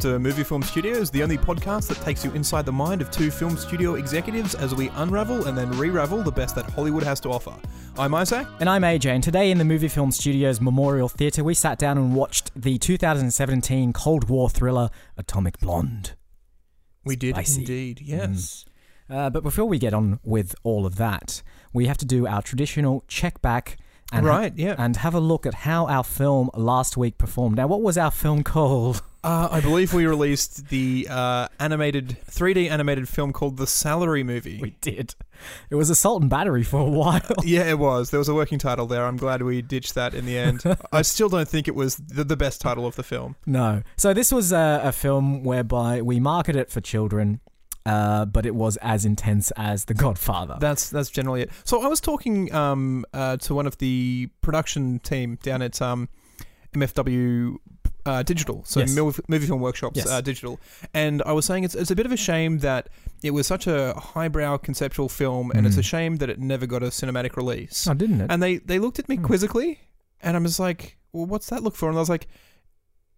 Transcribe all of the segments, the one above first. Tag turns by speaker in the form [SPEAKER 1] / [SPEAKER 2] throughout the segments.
[SPEAKER 1] to Movie Film Studios, the only podcast that takes you inside the mind of two film studio executives as we unravel and then re-ravel the best that Hollywood has to offer. I'm Isaac.
[SPEAKER 2] And I'm AJ, and today in the Movie Film Studios Memorial Theatre, we sat down and watched the 2017 Cold War thriller Atomic Blonde.
[SPEAKER 1] We did
[SPEAKER 2] Spicy.
[SPEAKER 1] indeed, yes.
[SPEAKER 2] Uh, but before we get on with all of that, we have to do our traditional check back and, ha-
[SPEAKER 1] right, yeah.
[SPEAKER 2] and have a look at how our film last week performed. Now, what was our film called?
[SPEAKER 1] Uh, I believe we released the uh, animated 3D animated film called The Salary Movie.
[SPEAKER 2] We did. It was Assault and Battery for a while.
[SPEAKER 1] yeah, it was. There was a working title there. I'm glad we ditched that in the end. I still don't think it was the, the best title of the film.
[SPEAKER 2] No. So this was a, a film whereby we marketed it for children, uh, but it was as intense as The Godfather.
[SPEAKER 1] That's that's generally it. So I was talking um, uh, to one of the production team down at um, MFW uh, Digital, so
[SPEAKER 2] Yes.
[SPEAKER 1] Mil- Movie Film Workshops
[SPEAKER 2] Yes.
[SPEAKER 1] uh, Digital, and I was saying it's, it's a bit of a shame that it was such a highbrow conceptual film, and it's
[SPEAKER 2] Mm.
[SPEAKER 1] a shame that it never got a cinematic release.
[SPEAKER 2] oh, didn't it?
[SPEAKER 1] And they they looked at me
[SPEAKER 2] Hmm.
[SPEAKER 1] quizzically, and I'm just like, "Well, what's that look for?" And I was like,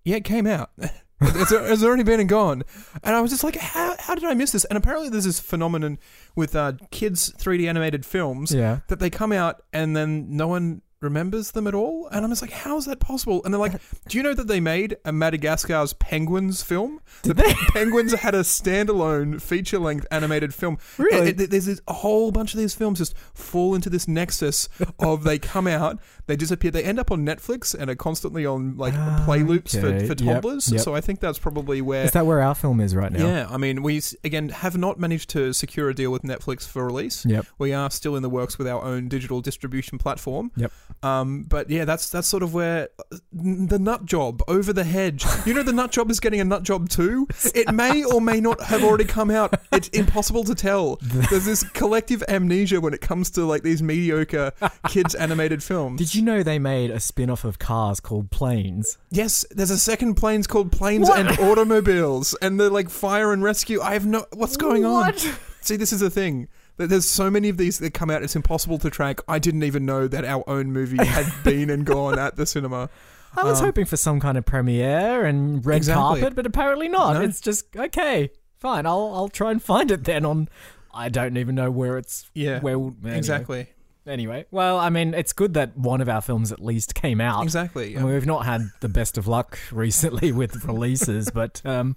[SPEAKER 1] "Yeah, it came out." it's, it's already been and gone. And I was just like, how, how did I miss this? And apparently, there's this phenomenon with uh, kids' 3D animated films
[SPEAKER 2] yeah.
[SPEAKER 1] that they come out and then no one remembers them at all. And I'm just like, how is that possible? And they're like, do you know that they made a Madagascar's Penguins film?
[SPEAKER 2] Did
[SPEAKER 1] the
[SPEAKER 2] they?
[SPEAKER 1] Penguins had a standalone feature length animated film.
[SPEAKER 2] Really?
[SPEAKER 1] And it- there's this, a whole bunch of these films just fall into this nexus of they come out, they disappear, they end up on Netflix and are constantly on like
[SPEAKER 2] Ah,
[SPEAKER 1] play loops
[SPEAKER 2] okay.
[SPEAKER 1] for, for
[SPEAKER 2] Yep,
[SPEAKER 1] toddlers.
[SPEAKER 2] yep.
[SPEAKER 1] So I think that's probably where.
[SPEAKER 2] Is that where our film is right now?
[SPEAKER 1] yeah, I mean, we s- again have not managed to secure a deal with Netflix for release.
[SPEAKER 2] Yep.
[SPEAKER 1] We are still in the works with our own digital distribution platform.
[SPEAKER 2] Yep.
[SPEAKER 1] Um, but yeah, that's that's sort of where uh, the nut job over the hedge. You know, the nut job is getting a nut job too. It may or may not have already come out. It's impossible to tell. There's this collective amnesia when it comes to like these mediocre kids animated films.
[SPEAKER 2] Did you know they made a spin off of Cars called Planes?
[SPEAKER 1] Yes, there's a second plane's called Planes
[SPEAKER 2] What?
[SPEAKER 1] and Automobiles, and they're like fire and rescue. I have no. What's going
[SPEAKER 2] What?
[SPEAKER 1] on? See, this is the thing. That There's so many of these that come out, it's impossible to track. I didn't even know that our own movie had been and gone at the cinema.
[SPEAKER 2] I was
[SPEAKER 1] Um,
[SPEAKER 2] hoping for some kind of premiere and red
[SPEAKER 1] Exactly.
[SPEAKER 2] carpet, but apparently not.
[SPEAKER 1] No.
[SPEAKER 2] It's just okay, fine. I'll I'll try and find it then on. I don't even know where it's.
[SPEAKER 1] Yeah,
[SPEAKER 2] Where anyway.
[SPEAKER 1] exactly.
[SPEAKER 2] Anyway, well, I mean, it's good that one of our films at least came out.
[SPEAKER 1] Exactly.
[SPEAKER 2] I mean, we've not had the best of luck recently with releases, but um,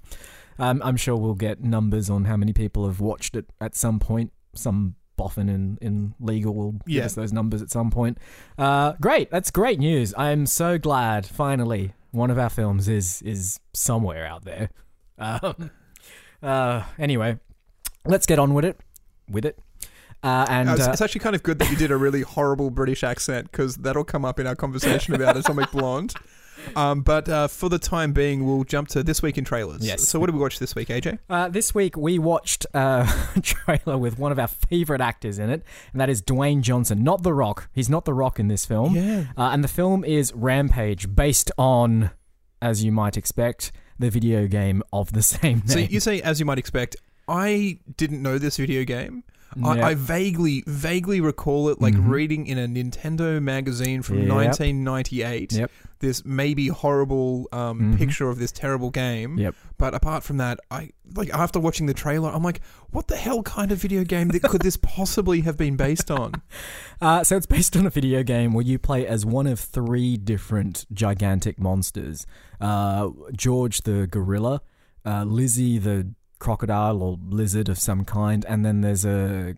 [SPEAKER 2] um, I'm sure we'll get numbers on how many people have watched it at some point. Some boffin in, in legal will give
[SPEAKER 1] Yeah.
[SPEAKER 2] us those numbers at some point. Uh, great, that's great news. I'm so glad finally one of our films is is somewhere out there. Um, uh, anyway, let's get on with it. With it. Uh, and
[SPEAKER 1] Uh, it's,
[SPEAKER 2] uh,
[SPEAKER 1] it's actually kind of good that you did a really horrible British accent because that'll come up in our conversation about Atomic Blonde. Um, but uh, for the time being, we'll jump to this week in trailers.
[SPEAKER 2] Yes.
[SPEAKER 1] So, what did we watch this week, AJ?
[SPEAKER 2] Uh, this week we watched uh, a trailer with one of our favorite actors in it, and that is Dwayne Johnson, not The Rock. He's not The Rock in this film.
[SPEAKER 1] Yeah.
[SPEAKER 2] Uh, and the film is Rampage, based on, as you might expect, the video game of the same
[SPEAKER 1] So
[SPEAKER 2] name.
[SPEAKER 1] you say, as you might expect, I didn't know this video game.
[SPEAKER 2] Yeah.
[SPEAKER 1] I, I vaguely, vaguely recall it like
[SPEAKER 2] Mhm.
[SPEAKER 1] reading in a Nintendo magazine from
[SPEAKER 2] Yep.
[SPEAKER 1] 1998.
[SPEAKER 2] Yep.
[SPEAKER 1] This maybe horrible um,
[SPEAKER 2] Mhm.
[SPEAKER 1] picture of this terrible game.
[SPEAKER 2] Yep.
[SPEAKER 1] But apart from that, I like after watching the trailer, I'm like, what the hell kind of video game that could this possibly have been based on?
[SPEAKER 2] Uh, so it's based on a video game where you play as one of three different gigantic monsters: uh, George the gorilla, uh, Lizzie the crocodile or lizard of some kind, and then there's a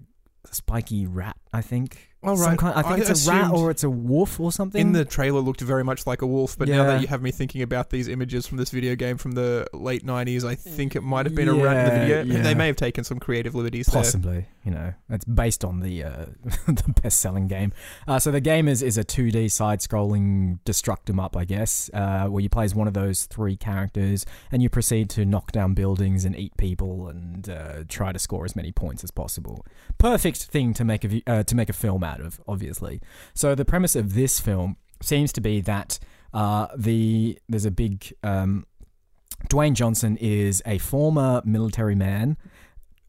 [SPEAKER 2] spiky rat. I think.
[SPEAKER 1] All
[SPEAKER 2] Some
[SPEAKER 1] Oh, right.
[SPEAKER 2] kind- I think
[SPEAKER 1] I
[SPEAKER 2] it's a rat
[SPEAKER 1] assumed-
[SPEAKER 2] or it's a wolf or something.
[SPEAKER 1] In the trailer, looked very much like a wolf, but now
[SPEAKER 2] Yeah.
[SPEAKER 1] that you have me thinking about these images from this video game from the late 90s, I think it might have been a rat in the
[SPEAKER 2] Yeah,
[SPEAKER 1] video.
[SPEAKER 2] yeah.
[SPEAKER 1] They may have taken some creative liberties there.
[SPEAKER 2] Possibly, you know, it's based on the uh, the best-selling game. Uh, so the game is is a 2D side-scrolling destruct 'em up, I guess, uh, where you play as one of those three characters and you proceed to knock down buildings and eat people and uh, try to score as many points as possible. Perfect thing to make a vi- uh, to make a film out of, obviously. So the premise of this film seems to be that uh, the there's a big um, Dwayne Johnson is a former military man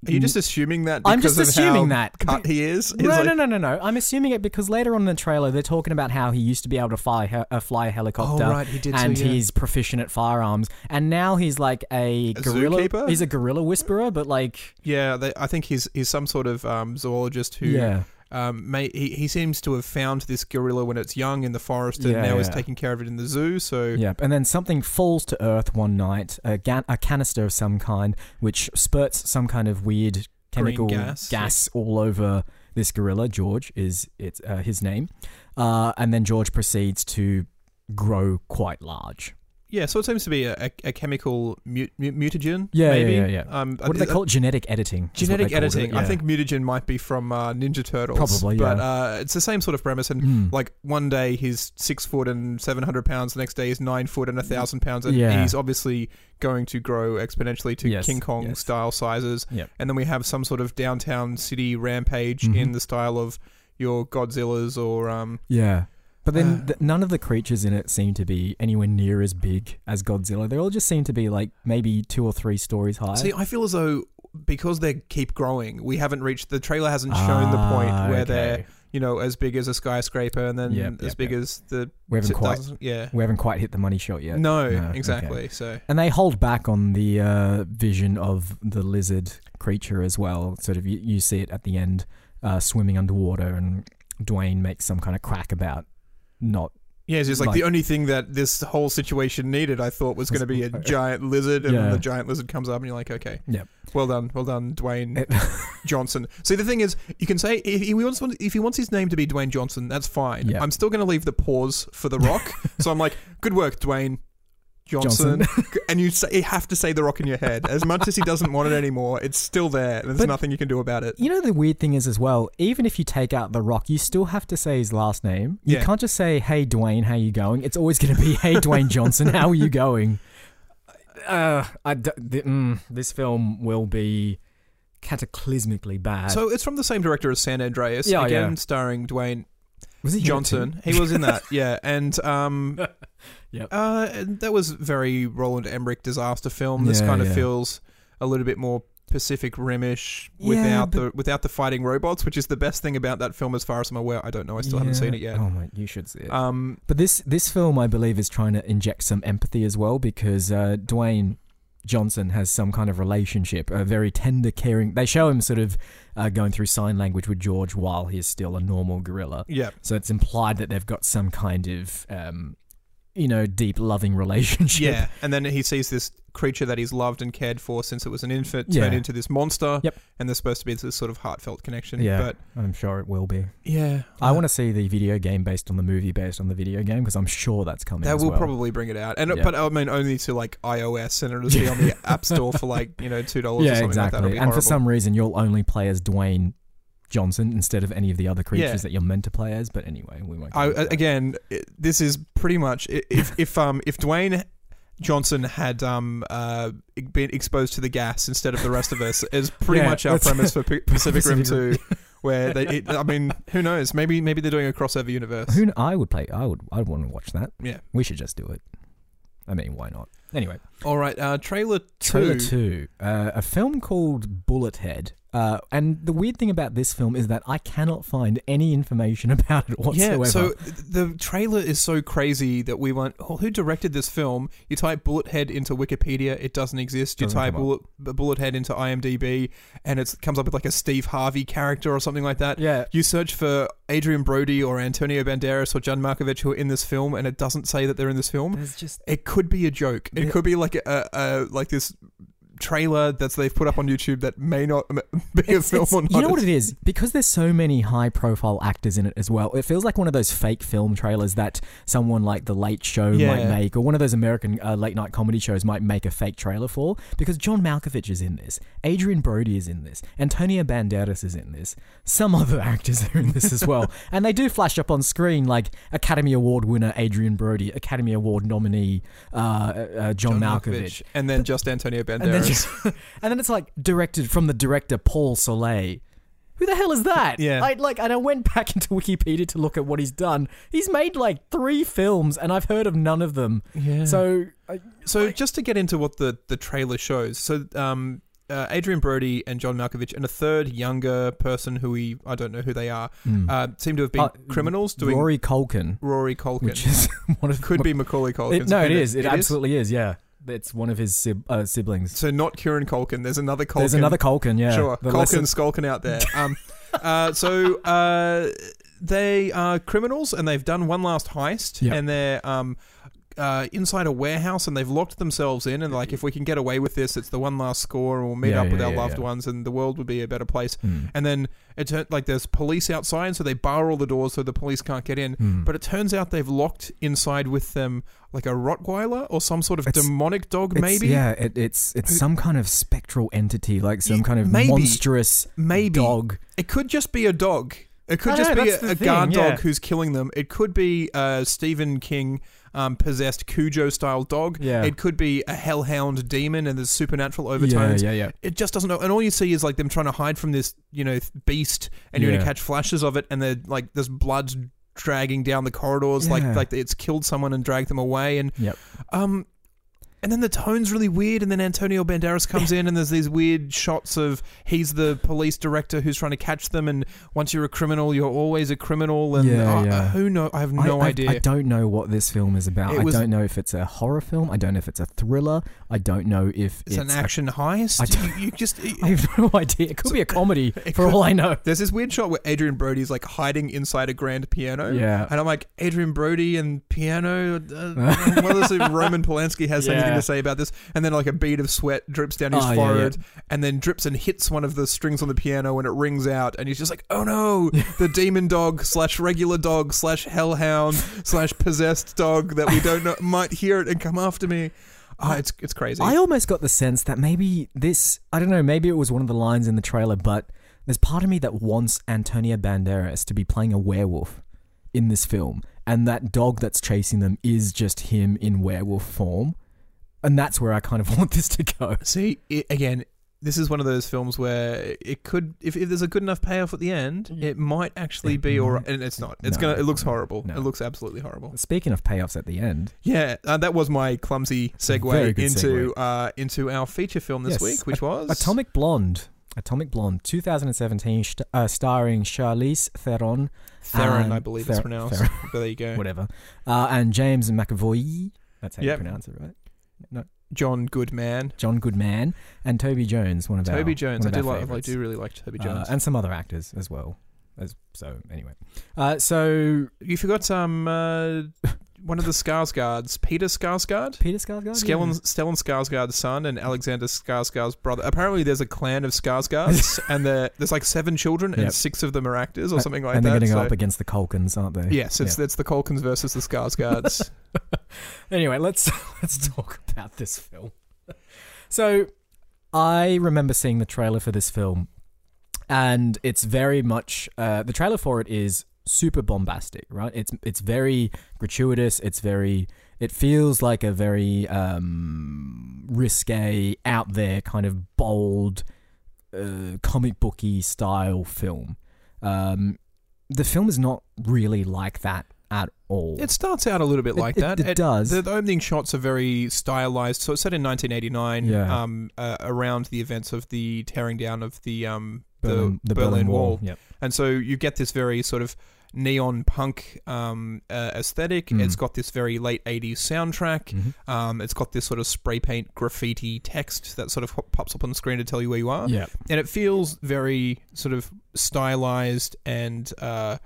[SPEAKER 1] Are you just assuming that?
[SPEAKER 2] I'm just
[SPEAKER 1] because of
[SPEAKER 2] assuming
[SPEAKER 1] how
[SPEAKER 2] that.
[SPEAKER 1] cut he is. He's
[SPEAKER 2] No,
[SPEAKER 1] like,
[SPEAKER 2] no, no, no, no. I'm assuming it because later on in the trailer, they're talking about how he used to be able to fly, he- uh, fly a helicopter.
[SPEAKER 1] Oh, right, he did so,
[SPEAKER 2] And
[SPEAKER 1] yeah.
[SPEAKER 2] he's proficient at firearms. And now he's like a, gorilla.
[SPEAKER 1] zookeeper?
[SPEAKER 2] He's a gorilla whisperer, but like.
[SPEAKER 1] Yeah, they, I think he's he's some sort of um, zoologist who
[SPEAKER 2] Yeah.
[SPEAKER 1] um, may, he, he seems to have found this gorilla when it's young in the forest and
[SPEAKER 2] Yeah,
[SPEAKER 1] now is
[SPEAKER 2] yeah.
[SPEAKER 1] taking care of it in the zoo. So
[SPEAKER 2] Yeah. And then something falls to Earth one night, a, ga- a canister of some kind, which spurts some kind of weird chemical
[SPEAKER 1] gas,
[SPEAKER 2] gas all over this gorilla. George is it's uh, his name. Uh, and then George proceeds to grow quite large.
[SPEAKER 1] yeah, so it seems to be a, a, a chemical mut- mu- mutagen.
[SPEAKER 2] Yeah,
[SPEAKER 1] maybe.
[SPEAKER 2] yeah, yeah, yeah.
[SPEAKER 1] Um,
[SPEAKER 2] What do they call it? Genetic editing. is what they
[SPEAKER 1] Genetic
[SPEAKER 2] called it,
[SPEAKER 1] editing. I
[SPEAKER 2] yeah.
[SPEAKER 1] think mutagen might be from uh, Ninja Turtles.
[SPEAKER 2] Probably,
[SPEAKER 1] But
[SPEAKER 2] yeah.
[SPEAKER 1] uh, it's the same sort of premise. And
[SPEAKER 2] Mm.
[SPEAKER 1] like one day he's six foot and 700 pounds, the next day he's nine foot and a thousand pounds. And
[SPEAKER 2] Yeah.
[SPEAKER 1] he's obviously going to grow exponentially to
[SPEAKER 2] Yes,
[SPEAKER 1] King Kong
[SPEAKER 2] yes.
[SPEAKER 1] style sizes.
[SPEAKER 2] Yep.
[SPEAKER 1] And then we have some sort of downtown city rampage
[SPEAKER 2] Mhm.
[SPEAKER 1] in the style of your Godzillas or. Um,
[SPEAKER 2] Yeah. But then
[SPEAKER 1] Uh,
[SPEAKER 2] th- none of the creatures in it seem to be anywhere near as big as Godzilla. They all just seem to be like maybe two or three stories high.
[SPEAKER 1] see, I feel as though because they keep growing, we haven't reached. The trailer hasn't shown the point
[SPEAKER 2] Ah,
[SPEAKER 1] where
[SPEAKER 2] okay.
[SPEAKER 1] they're. You know, as big as a skyscraper, and then
[SPEAKER 2] Yep,
[SPEAKER 1] as
[SPEAKER 2] yep,
[SPEAKER 1] big
[SPEAKER 2] yep.
[SPEAKER 1] as the
[SPEAKER 2] we haven't quite
[SPEAKER 1] yeah.
[SPEAKER 2] we haven't quite hit the money shot yet.
[SPEAKER 1] No,
[SPEAKER 2] No,
[SPEAKER 1] exactly. So
[SPEAKER 2] And they hold back on the uh, vision of the lizard creature as well. Sort of you, you see it at the end uh, swimming underwater, and Dwayne makes some kind of crack about not.
[SPEAKER 1] yeah, it's just like,
[SPEAKER 2] Like-
[SPEAKER 1] the only thing that this whole situation needed, I thought, was going to be a giant lizard, and
[SPEAKER 2] Yeah.
[SPEAKER 1] the giant lizard comes up, and you're like, okay,
[SPEAKER 2] Yep.
[SPEAKER 1] well done, well done, Dwayne Johnson. See, the thing is, you can say if he wants if he wants his name to be Dwayne Johnson, that's fine.
[SPEAKER 2] Yeah.
[SPEAKER 1] I'm still going to leave the pause for the Rock, so I'm like, good work, Dwayne. Johnson, and you, say, you have to say the rock in your head. As much as he doesn't want it anymore, it's still there. and There's
[SPEAKER 2] But-
[SPEAKER 1] nothing you can do about it.
[SPEAKER 2] You know the weird thing is as well. Even if you take out the Rock, you still have to say his last name. You
[SPEAKER 1] Yeah.
[SPEAKER 2] can't just say, "Hey Dwayne, how you going?" It's always going to be, "Hey Dwayne Johnson, how are you going?" Uh, I d- th- mm, this film will be cataclysmically bad.
[SPEAKER 1] So it's from the same director as San Andreas,
[SPEAKER 2] Yeah,
[SPEAKER 1] again
[SPEAKER 2] yeah.
[SPEAKER 1] starring Dwayne
[SPEAKER 2] was it
[SPEAKER 1] Johnson. He was in that, yeah. And um,
[SPEAKER 2] Yep.
[SPEAKER 1] uh, and that was very Roland Emmerich disaster film. This
[SPEAKER 2] Yeah,
[SPEAKER 1] kind of
[SPEAKER 2] yeah.
[SPEAKER 1] feels a little bit more Pacific Rimish
[SPEAKER 2] Yeah,
[SPEAKER 1] without the without the fighting robots, which is the best thing about that film, as far as I'm aware. I don't know. I still haven't seen it yet.
[SPEAKER 2] Oh my, you should see it.
[SPEAKER 1] Um,
[SPEAKER 2] But this this film, I believe, is trying to inject some empathy as well because uh, Dwayne Johnson has some kind of relationship, a very tender, caring. They show him sort of uh, going through sign language with George while he's still a normal gorilla.
[SPEAKER 1] yeah,
[SPEAKER 2] So it's implied that they've got some kind of, um, you know, deep loving relationship.
[SPEAKER 1] yeah. And then he sees this creature that he's loved and cared for since it was an infant turn
[SPEAKER 2] Yeah.
[SPEAKER 1] into this monster.
[SPEAKER 2] Yep.
[SPEAKER 1] And there's supposed to be this sort of heartfelt connection.
[SPEAKER 2] Yeah,
[SPEAKER 1] But
[SPEAKER 2] I'm sure it will be.
[SPEAKER 1] yeah, uh,
[SPEAKER 2] I want to see the video game based on the movie based on the video game because I'm sure that's coming.
[SPEAKER 1] That
[SPEAKER 2] as
[SPEAKER 1] will
[SPEAKER 2] well.
[SPEAKER 1] probably bring it out, and
[SPEAKER 2] Yeah.
[SPEAKER 1] but I mean only to like iOS, and it'll just be on the App Store for like you know two dollars or
[SPEAKER 2] yeah,
[SPEAKER 1] something
[SPEAKER 2] exactly.
[SPEAKER 1] like that. It'll be
[SPEAKER 2] and for
[SPEAKER 1] horrible.
[SPEAKER 2] some reason, you'll only play as Dwayne Johnson instead of any of the other creatures
[SPEAKER 1] Yeah.
[SPEAKER 2] that you're meant to play as. But anyway, we won't.
[SPEAKER 1] I,
[SPEAKER 2] go into that.
[SPEAKER 1] again, it, this is pretty much i- if if um if Dwayne Johnson had um uh been exposed to the gas instead of the rest of us is pretty
[SPEAKER 2] Yeah,
[SPEAKER 1] much our
[SPEAKER 2] that's-
[SPEAKER 1] premise for P- Pacific Rim
[SPEAKER 2] Pacific
[SPEAKER 1] Two, where they it, I mean who knows maybe maybe they're doing a crossover universe.
[SPEAKER 2] who kn- I would play. I would. I'd want to watch that.
[SPEAKER 1] Yeah.
[SPEAKER 2] we should just do it. I mean, why not? Anyway,
[SPEAKER 1] All right, uh, trailer two.
[SPEAKER 2] trailer two, uh, a film called Bullethead. Uh, and the weird thing about this film is that I cannot find any information about it whatsoever.
[SPEAKER 1] Yeah, so th- the trailer is so crazy that we went, oh, who directed this film? You type Bullet Head into Wikipedia, it doesn't exist. You
[SPEAKER 2] Doesn't
[SPEAKER 1] type
[SPEAKER 2] come
[SPEAKER 1] Bullet, Bullet Head into IMDb, and it comes up with like a Steve Harvey character or something like that.
[SPEAKER 2] yeah,
[SPEAKER 1] You search for Adrian Brody or Antonio Banderas or John Markovich who are in this film, and it doesn't say that they're in this film.
[SPEAKER 2] there's just
[SPEAKER 1] It could be a joke. It
[SPEAKER 2] Yeah.
[SPEAKER 1] could be like a, a like this trailer that they've put up on YouTube that may not m- be a film or not.
[SPEAKER 2] You know what it is? Because there's so many high profile actors in it as well, it feels like one of those fake film trailers that someone like The Late Show might
[SPEAKER 1] Yeah.
[SPEAKER 2] make, or one of those American uh, late night comedy shows might make a fake trailer for. Because John Malkovich is in this, Adrian Brody is in this, Antonio Banderas is in this, some other actors are in this as well. and they do flash up on screen like Academy Award winner Adrian Brody, Academy Award nominee uh, uh, John, Malkovich.
[SPEAKER 1] And then just Antonio Banderas.
[SPEAKER 2] And then, and then it's like directed from the director Paul Soleil. Who the hell is that?
[SPEAKER 1] Yeah.
[SPEAKER 2] I like and I went back into Wikipedia to look at what he's done. He's made like three films and I've heard of none of them.
[SPEAKER 1] yeah.
[SPEAKER 2] So I,
[SPEAKER 1] So just to get into what the the trailer shows, so um, uh, Adrian Brody and John Malkovich and a third younger person who we I don't know who they are
[SPEAKER 2] Mm.
[SPEAKER 1] uh, seem to have been
[SPEAKER 2] Uh,
[SPEAKER 1] criminals doing Rory,
[SPEAKER 2] Rory Culkin,
[SPEAKER 1] Culkin.
[SPEAKER 2] which is one of
[SPEAKER 1] Could be Macaulay Culkin.
[SPEAKER 2] It, no, it is. It, absolutely is. Yeah, it's one of his sib- uh, siblings.
[SPEAKER 1] So not Kieran Culkin. There's another Culkin.
[SPEAKER 2] There's another Culkin. Yeah,
[SPEAKER 1] Sure,
[SPEAKER 2] The
[SPEAKER 1] Culkin
[SPEAKER 2] lesser-
[SPEAKER 1] skulking out there. Um, uh, so uh, they are criminals, and they've done one last heist,
[SPEAKER 2] Yep.
[SPEAKER 1] and they're um, uh, inside a warehouse, and they've locked themselves in. And like, if we can get away with this, it's the one last score, and we'll meet
[SPEAKER 2] Yeah,
[SPEAKER 1] up with
[SPEAKER 2] yeah,
[SPEAKER 1] our
[SPEAKER 2] yeah,
[SPEAKER 1] loved
[SPEAKER 2] yeah.
[SPEAKER 1] ones, and the world would be a better place.
[SPEAKER 2] Mm.
[SPEAKER 1] And then it turned like there's police outside, so they bar all the doors so the police can't get in.
[SPEAKER 2] Mm.
[SPEAKER 1] But it turns out they've locked inside with them like a Rottweiler or some sort of
[SPEAKER 2] It's-
[SPEAKER 1] demonic dog,
[SPEAKER 2] It's-
[SPEAKER 1] maybe.
[SPEAKER 2] yeah, it, it's it's
[SPEAKER 1] Who-
[SPEAKER 2] some kind of spectral entity, like some
[SPEAKER 1] Y-
[SPEAKER 2] kind of
[SPEAKER 1] maybe.
[SPEAKER 2] monstrous
[SPEAKER 1] Maybe
[SPEAKER 2] dog.
[SPEAKER 1] It could just be a dog. It could
[SPEAKER 2] I
[SPEAKER 1] just
[SPEAKER 2] know,
[SPEAKER 1] be
[SPEAKER 2] that's
[SPEAKER 1] a,
[SPEAKER 2] the
[SPEAKER 1] a guard
[SPEAKER 2] thing, yeah.
[SPEAKER 1] dog who's killing them. It could be a Stephen King um, possessed Cujo style dog.
[SPEAKER 2] Yeah.
[SPEAKER 1] It could be a hellhound demon and there's supernatural overtones.
[SPEAKER 2] Yeah, yeah, yeah.
[SPEAKER 1] It just doesn't know. And all you see is like them trying to hide from this, you know, th- beast and you're going
[SPEAKER 2] Yeah.
[SPEAKER 1] to catch flashes of it and they're like, there's blood dragging down the corridors
[SPEAKER 2] Yeah.
[SPEAKER 1] like like it's killed someone and dragged them away and
[SPEAKER 2] Yep.
[SPEAKER 1] um and then the tone's really weird, and then Antonio Banderas comes in, and there's these weird shots of he's the police director who's trying to catch them, and once you're a criminal, you're always a criminal, and
[SPEAKER 2] Yeah,
[SPEAKER 1] uh,
[SPEAKER 2] yeah.
[SPEAKER 1] who know? I have no
[SPEAKER 2] I, I-
[SPEAKER 1] idea.
[SPEAKER 2] I, don't know what this film is about.
[SPEAKER 1] It
[SPEAKER 2] I
[SPEAKER 1] was-
[SPEAKER 2] don't know if it's a horror film. I don't know if it's a thriller. I don't know if
[SPEAKER 1] it's,
[SPEAKER 2] it's,
[SPEAKER 1] an
[SPEAKER 2] a-
[SPEAKER 1] action heist.
[SPEAKER 2] I don't-
[SPEAKER 1] you, you just
[SPEAKER 2] I have no idea. It could be a comedy,
[SPEAKER 1] it
[SPEAKER 2] for
[SPEAKER 1] could-
[SPEAKER 2] all I know.
[SPEAKER 1] there's this weird shot where Adrian Brody's like hiding inside a grand piano.
[SPEAKER 2] Yeah.
[SPEAKER 1] And I'm like, Adrian Brody and piano. Uh, whether it's if Roman Polanski has anything
[SPEAKER 2] Yeah.
[SPEAKER 1] to say about this, and then like a bead of sweat drips down his
[SPEAKER 2] Oh, yeah,
[SPEAKER 1] forehead, and then drips and hits one of the strings on the piano, and it rings out, and he's just like, "Oh no!" the demon dog slash regular dog slash hellhound slash possessed dog that we don't know might hear it and come after me. Ah, it's it's crazy.
[SPEAKER 2] I almost got the sense that maybe this, I don't know, maybe it was one of the lines in the trailer, but there's part of me that wants Antonio Banderas to be playing a werewolf in this film. And that dog that's chasing them is just him in werewolf form. And that's where I kind of want this to go.
[SPEAKER 1] See, it, again, this is one of those films where it could, if, if there's a good enough payoff at the end, it might actually
[SPEAKER 2] It
[SPEAKER 1] be all right.
[SPEAKER 2] might.
[SPEAKER 1] And it's not. It's
[SPEAKER 2] Mm. Mm-hmm. No,
[SPEAKER 1] gonna. It looks horrible.
[SPEAKER 2] no.
[SPEAKER 1] It looks absolutely horrible.
[SPEAKER 2] Speaking of payoffs at the end,
[SPEAKER 1] Yeah, uh, that was my clumsy
[SPEAKER 2] Very
[SPEAKER 1] segue
[SPEAKER 2] good
[SPEAKER 1] into Uh, into our feature film this
[SPEAKER 2] Yes,
[SPEAKER 1] week, which
[SPEAKER 2] A-
[SPEAKER 1] was
[SPEAKER 2] Atomic Blonde. Atomic Blonde, 2017, st- uh, starring Charlize Theron,
[SPEAKER 1] Theron,
[SPEAKER 2] um,
[SPEAKER 1] I believe it's
[SPEAKER 2] Ther-
[SPEAKER 1] pronounced.
[SPEAKER 2] Theron.
[SPEAKER 1] But there you go.
[SPEAKER 2] whatever, uh, and James McAvoy. That's how
[SPEAKER 1] Yep.
[SPEAKER 2] you pronounce it, right?
[SPEAKER 1] John Goodman,
[SPEAKER 2] John Goodman and Toby Jones, one of our
[SPEAKER 1] Toby Jones. I
[SPEAKER 2] one
[SPEAKER 1] do
[SPEAKER 2] of our
[SPEAKER 1] like. I
[SPEAKER 2] favorites.
[SPEAKER 1] do really like Toby
[SPEAKER 2] Uh,
[SPEAKER 1] Jones.
[SPEAKER 2] and some other actors as well. As, so anyway, uh, so
[SPEAKER 1] you forgot um uh, one of the Skarsgårds, Peter Skarsgård.
[SPEAKER 2] Peter Skarsgård,
[SPEAKER 1] Stellan, Stellan Skarsgård's son and Alexander Skarsgård's brother. Apparently, there's a clan of Skarsgårds, and there- there's like seven children, and
[SPEAKER 2] Yep.
[SPEAKER 1] six of them are actors
[SPEAKER 2] Uh,
[SPEAKER 1] or something like
[SPEAKER 2] and they're
[SPEAKER 1] that.
[SPEAKER 2] going to go
[SPEAKER 1] so-
[SPEAKER 2] up against the Culkins, aren't they?
[SPEAKER 1] yes, it's
[SPEAKER 2] Yeah.
[SPEAKER 1] it's the Colkins versus the Skarsgårds.
[SPEAKER 2] anyway, let's let's talk about this film. So, I remember seeing the trailer for this film, and it's very much uh, the trailer for it is super bombastic, right? It's it's very gratuitous. It's very it feels like a very um, risque, out there kind of bold, uh, comic booky style film. Um, the film is not really like that at all.
[SPEAKER 1] it starts out a little bit
[SPEAKER 2] It-
[SPEAKER 1] like
[SPEAKER 2] it-
[SPEAKER 1] that.
[SPEAKER 2] It, does.
[SPEAKER 1] the, the opening shots are very stylized. So it's set in 1989,
[SPEAKER 2] Yeah.
[SPEAKER 1] um, uh, around the events of the tearing down of the um
[SPEAKER 2] Berlin, the Berlin, Wall. Yep.
[SPEAKER 1] And so you get this very sort of neon punk um, uh, aesthetic.
[SPEAKER 2] Mm.
[SPEAKER 1] It's got this very late 80s soundtrack.
[SPEAKER 2] Mhm.
[SPEAKER 1] Um, it's got this sort of spray paint graffiti text that sort of ho- pops up on the screen to tell you where you are.
[SPEAKER 2] Yeah.
[SPEAKER 1] And it feels very sort of stylized and. Uh,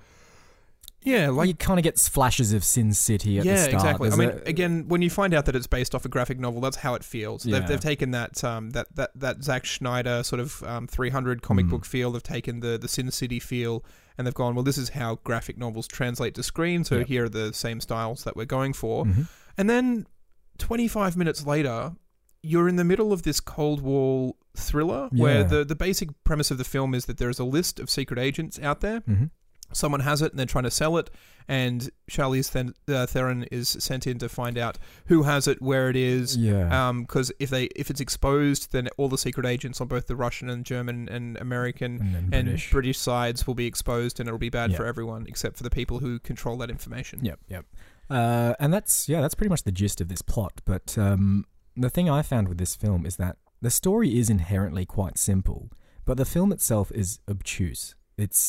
[SPEAKER 1] yeah, like
[SPEAKER 2] you kind of get flashes of Sin City at
[SPEAKER 1] yeah,
[SPEAKER 2] the start.
[SPEAKER 1] exactly. I
[SPEAKER 2] There's
[SPEAKER 1] mean,
[SPEAKER 2] a-
[SPEAKER 1] again, when you find out that it's based off a graphic novel, that's how it feels.
[SPEAKER 2] Yeah.
[SPEAKER 1] They've, they've taken that um, that that that Zack Schneider sort of um, 300 comic
[SPEAKER 2] Mm.
[SPEAKER 1] book feel. They've taken the the Sin City feel, and they've gone, well, this is how graphic novels translate to screen. So
[SPEAKER 2] Yep.
[SPEAKER 1] here are the same styles that we're going for.
[SPEAKER 2] Mhm.
[SPEAKER 1] And then 25 minutes later, you're in the middle of this Cold War thriller
[SPEAKER 2] Yeah.
[SPEAKER 1] where the the basic premise of the film is that there is a list of secret agents out there
[SPEAKER 2] Mhm.
[SPEAKER 1] someone has it and they're trying to sell it and Charlize Ther- uh, Theron is sent in to find out who has it where it is um,
[SPEAKER 2] yeah,
[SPEAKER 1] because if they if it's exposed then all the secret agents on both the Russian and German and American
[SPEAKER 2] and then
[SPEAKER 1] and
[SPEAKER 2] British.
[SPEAKER 1] British, sides will be exposed and it'll be bad
[SPEAKER 2] Yeah.
[SPEAKER 1] for everyone except for the people who control that information
[SPEAKER 2] Yep, yep. Uh, and that's yeah, that's pretty much the gist of this plot. But um, the thing I found with this film is that The story is inherently quite simple, but the film itself is obtuse. It's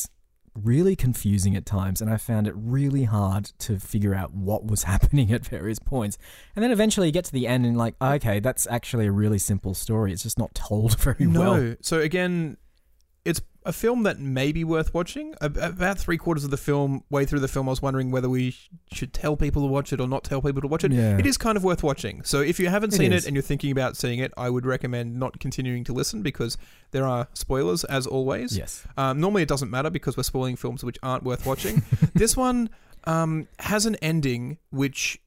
[SPEAKER 2] really confusing at times, and I found it really hard to figure out what was happening at various points. And then eventually you get to the end and, like, okay, that's actually a really simple story. It's just not told very well.
[SPEAKER 1] No. So again, it's a film that may be worth watching. Ab- About three quarters of the film, way through the film, I was wondering whether we sh- should tell people to watch it or not tell people to watch it.
[SPEAKER 2] Yeah.
[SPEAKER 1] It is kind of worth watching. So if you haven't
[SPEAKER 2] It
[SPEAKER 1] seen
[SPEAKER 2] is.
[SPEAKER 1] it and you're thinking about seeing it, I would recommend not continuing to listen because there are spoilers as always.
[SPEAKER 2] Yes.
[SPEAKER 1] Um, normally it doesn't matter because we're spoiling films which aren't worth watching. this one um, has an ending which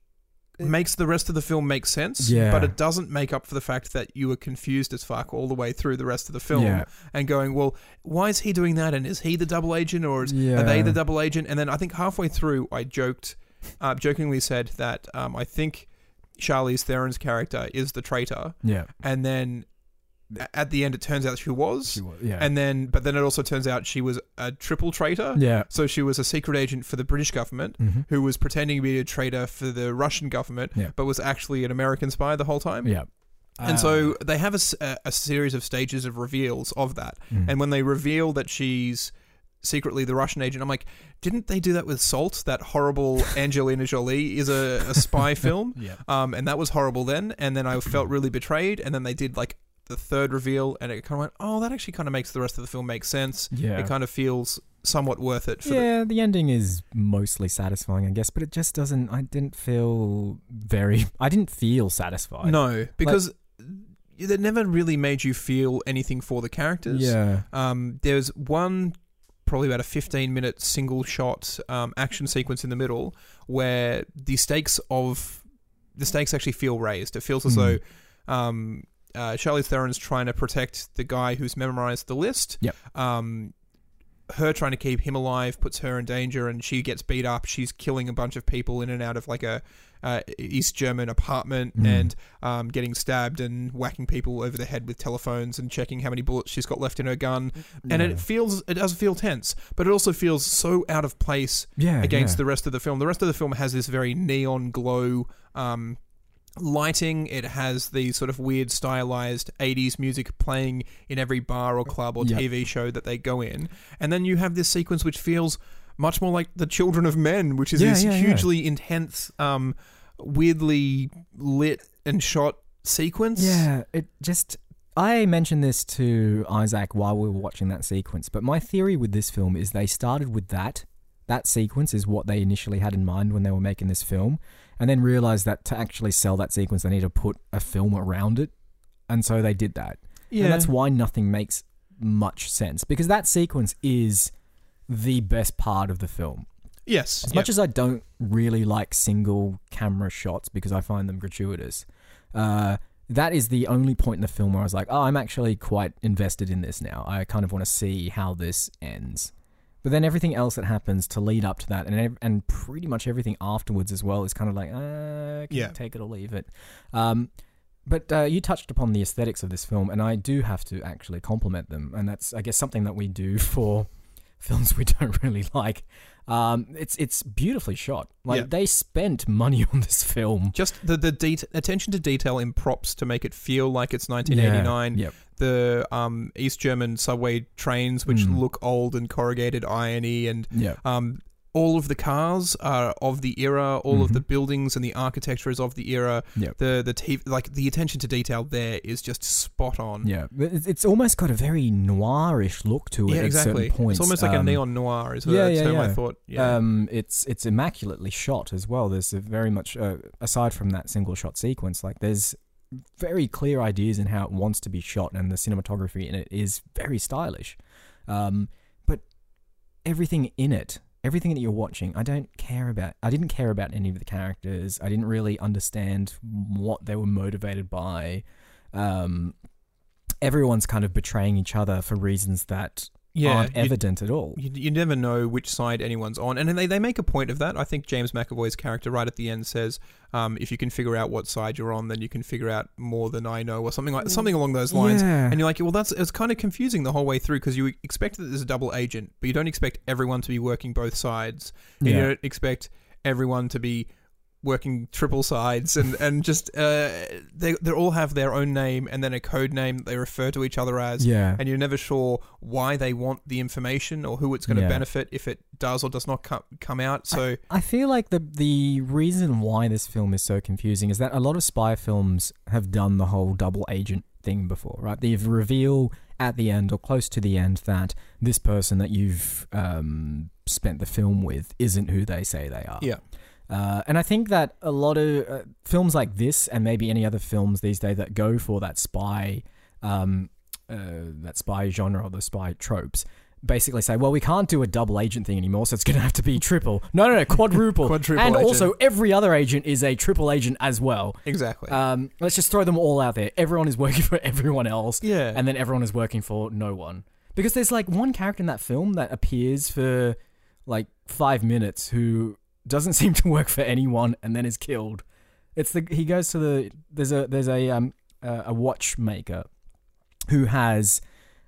[SPEAKER 1] makes the rest of the film make sense,
[SPEAKER 2] Yeah.
[SPEAKER 1] but it doesn't make up for the fact that you were confused as fuck all the way through the rest of the film
[SPEAKER 2] Yeah.
[SPEAKER 1] and going, well, why is he doing that? And is he the double agent or is,
[SPEAKER 2] Yeah.
[SPEAKER 1] are they the double agent? And then I think halfway through, I joked, uh, jokingly said that um, I think Charlize Theron's character is the traitor.
[SPEAKER 2] Yeah.
[SPEAKER 1] And then a- at the end, it turns out she was.
[SPEAKER 2] She was, yeah.
[SPEAKER 1] And then, but then it also turns out she was a triple traitor.
[SPEAKER 2] yeah.
[SPEAKER 1] So she was a secret agent for the British government
[SPEAKER 2] Mhm.
[SPEAKER 1] who was pretending to be a traitor for the Russian government,
[SPEAKER 2] Yeah.
[SPEAKER 1] but was actually an American spy the whole time.
[SPEAKER 2] Yeah. Ah.
[SPEAKER 1] And so they have a, s- a- a series of stages of reveals of that.
[SPEAKER 2] Mm.
[SPEAKER 1] And when they reveal that she's secretly the Russian agent, I'm like, didn't they do that with Salt? That horrible Angelina Jolie is a, a spy film.
[SPEAKER 2] Yeah.
[SPEAKER 1] Um, and that was horrible then. And then I felt really betrayed. And then they did like the third reveal, and it kind of went, oh, that actually kind of makes the rest of the film make sense.
[SPEAKER 2] Yeah.
[SPEAKER 1] It kind of feels somewhat worth it for
[SPEAKER 2] yeah, the ending is mostly satisfying, I guess, but it just doesn't. I didn't feel very. I didn't feel satisfied.
[SPEAKER 1] the. No, because it never really made you feel anything for the characters.
[SPEAKER 2] Yeah.
[SPEAKER 1] Um, there's one, probably about a 15 minute single shot um, action sequence in the middle where the stakes of the stakes actually feel raised. It feels as
[SPEAKER 2] Hmm.
[SPEAKER 1] though um, uh, Charlize Theron's trying to protect the guy who's memorized the list.
[SPEAKER 2] Yep.
[SPEAKER 1] Um, her trying to keep him alive puts her in danger, and she gets beat up. She's killing a bunch of people in and out of like a uh, East German apartment,
[SPEAKER 2] Hmm.
[SPEAKER 1] and um, getting stabbed and whacking people over the head with telephones and checking how many bullets she's got left in her gun. And
[SPEAKER 2] Yeah.
[SPEAKER 1] it feels, it does feel tense, but it also feels so out of place
[SPEAKER 2] Yeah.
[SPEAKER 1] against
[SPEAKER 2] Uh, yeah.
[SPEAKER 1] the rest of the film. The rest of the film has this very neon glow um, lighting. It has the sort of weird stylized 80s music playing in every bar or club or
[SPEAKER 2] Yep.
[SPEAKER 1] TV show that they go in. And then you have this sequence which feels much more like The Children of Men, which is
[SPEAKER 2] Yeah,
[SPEAKER 1] this
[SPEAKER 2] yeah, yeah.
[SPEAKER 1] hugely intense, um, weirdly lit and shot sequence.
[SPEAKER 2] Yeah, it just. I mentioned this to Isaac while we were watching that sequence, but my theory with this film is they started with that. That sequence is what they initially had in mind when they were making this film, and then realized that to actually sell that sequence, they need to put a film around it. And so they did that.
[SPEAKER 1] Yeah.
[SPEAKER 2] And that's why nothing makes much sense because that sequence is the best part of the film.
[SPEAKER 1] yes.
[SPEAKER 2] As
[SPEAKER 1] yeah.
[SPEAKER 2] much as I don't really like single camera shots because I find them gratuitous, uh, that is the only point in the film where I was like, oh, I'm actually quite invested in this now. I kind of want to see how this ends. But then everything else that happens to lead up to that, and ev- and pretty much everything afterwards as well, is kind of like, uh, can you
[SPEAKER 1] Yeah.
[SPEAKER 2] take it or leave it. Um, but uh, you touched upon the aesthetics of this film, and I do have to actually compliment them, and that's I guess something that we do for films we don't really like. Um, it's it's beautifully shot. Like
[SPEAKER 1] Yeah.
[SPEAKER 2] they spent money on this film.
[SPEAKER 1] just the the det- attention to detail in props to make it feel like it's 1989.
[SPEAKER 2] Yeah. Yep.
[SPEAKER 1] the um, East German subway trains, which
[SPEAKER 2] Mm.
[SPEAKER 1] look old and corrugated irony, and
[SPEAKER 2] Yeah.
[SPEAKER 1] um, all of the cars are of the era. All of
[SPEAKER 2] Mhm.
[SPEAKER 1] the buildings and the architecture is of the era.
[SPEAKER 2] Yep.
[SPEAKER 1] The the TV, like the attention to detail there is just spot on.
[SPEAKER 2] Yeah. But It's it's almost got a very noirish look to it
[SPEAKER 1] Yeah,
[SPEAKER 2] at
[SPEAKER 1] exactly.
[SPEAKER 2] certain points.
[SPEAKER 1] It's almost like a
[SPEAKER 2] Um,
[SPEAKER 1] neon noir. Is
[SPEAKER 2] yeah,
[SPEAKER 1] a
[SPEAKER 2] yeah,
[SPEAKER 1] term I
[SPEAKER 2] yeah.
[SPEAKER 1] thought. Yeah.
[SPEAKER 2] Um, it's it's immaculately shot as well. There's a very much uh, aside from that single shot sequence, like there's very clear ideas in how it wants to be shot, and the cinematography in it is very stylish. Um, but everything in it, everything that you're watching, I don't care about. I didn't care about any of the characters. I didn't really understand what they were motivated by. Um, everyone's kind of betraying each other for reasons that
[SPEAKER 1] yeah.
[SPEAKER 2] aren't
[SPEAKER 1] you-
[SPEAKER 2] evident at all.
[SPEAKER 1] You, you never know which side anyone's on. And they, they make a point of that. I think James McAvoy's character right at the end says, um, if you can figure out what side you're on, then you can figure out more than I know, or something like something along those lines.
[SPEAKER 2] Mm. Yeah.
[SPEAKER 1] And you're like, well, that's it's kind of confusing the whole way through because you expect that there's a double agent, but you don't expect everyone to be working both sides. And
[SPEAKER 2] Yeah.
[SPEAKER 1] You don't expect everyone to be working triple sides and and just uh, they they all have their own name and then a code name that they refer to each other as.
[SPEAKER 2] Yeah.
[SPEAKER 1] And you're never sure why they want the information or who it's going to
[SPEAKER 2] Yeah. Ah,
[SPEAKER 1] benefit if it does or does not come, come out. So
[SPEAKER 2] I feel like the the reason why this film is so confusing is that a lot of spy films have done the whole double agent thing before, right? They've reveal at the end or close to the end that this person that you've um, spent the film with isn't who they say they are.
[SPEAKER 1] Yeah.
[SPEAKER 2] Uh, and I think that a lot of uh, films like this, and maybe any other films these days that go for that spy, um, uh, that spy genre or the spy tropes, basically say, well, we can't do a double agent thing anymore, so it's going to have to be triple. No, no, no, quadruple.
[SPEAKER 1] Quadruple
[SPEAKER 2] And
[SPEAKER 1] agent.
[SPEAKER 2] also, every other agent is a triple agent as well.
[SPEAKER 1] exactly.
[SPEAKER 2] Um, let's just throw them all out there. Everyone is working for everyone else,
[SPEAKER 1] yeah.
[SPEAKER 2] and then everyone is working for no one. Because there's like one character in that film that appears for like five minutes who doesn't seem to work for anyone and then is killed. It's the he goes to the there's a there's a um a a watchmaker who has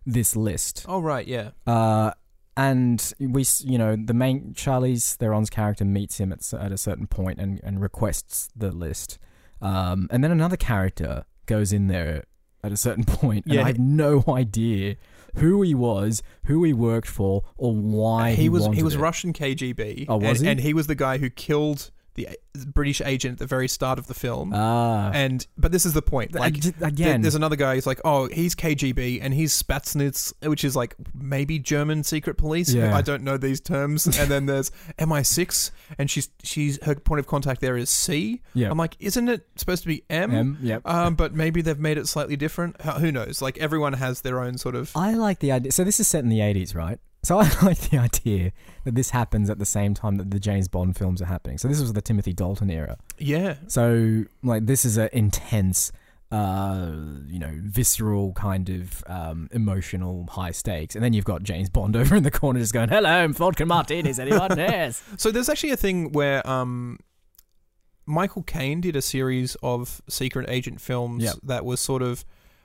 [SPEAKER 2] this list
[SPEAKER 1] oh right. Yeah.
[SPEAKER 2] uh, and we, s- you know, the main Charlie's Theron's character meets him at, s- at a certain point and, and requests the list. Um, and then another character goes in there at a certain point, and
[SPEAKER 1] Yeah.
[SPEAKER 2] I have no idea who he was, who he worked for, or why he,
[SPEAKER 1] he was he
[SPEAKER 2] wanted
[SPEAKER 1] was
[SPEAKER 2] it.
[SPEAKER 1] Russian KGB.
[SPEAKER 2] Oh,
[SPEAKER 1] and,
[SPEAKER 2] was he?
[SPEAKER 1] and he was the guy who killed the uh, British agent at the very start of the film.
[SPEAKER 2] Ah,
[SPEAKER 1] and but this is the point.
[SPEAKER 2] I
[SPEAKER 1] Like
[SPEAKER 2] ju-
[SPEAKER 1] Th-
[SPEAKER 2] again,
[SPEAKER 1] There's another guy who's like, oh, he's KGB and he's Spatznitz, which is like maybe German secret police.
[SPEAKER 2] Yeah.
[SPEAKER 1] I don't know these terms. And then there's MI6, and she's she's her point of contact there is C.
[SPEAKER 2] Yeah.
[SPEAKER 1] I'm like, isn't it supposed to be M?
[SPEAKER 2] M, yep.
[SPEAKER 1] Um, but maybe they've made it slightly different. H- Who knows? Like everyone has their own sort of.
[SPEAKER 2] I like the idea. So this is set in the 80s, right? So I like the idea that this happens at the same time that the James Bond films are happening. So this was the Timothy Dalton era.
[SPEAKER 1] Yeah.
[SPEAKER 2] So, like, this is an intense, uh, you know, visceral kind of um, emotional high stakes. And then you've got James Bond over in the corner just going, hello, I'm vodka martinis, anyone? yes.
[SPEAKER 1] So there's actually a thing where um, Michael Caine did a series of secret agent films
[SPEAKER 2] Yep.
[SPEAKER 1] that was sort of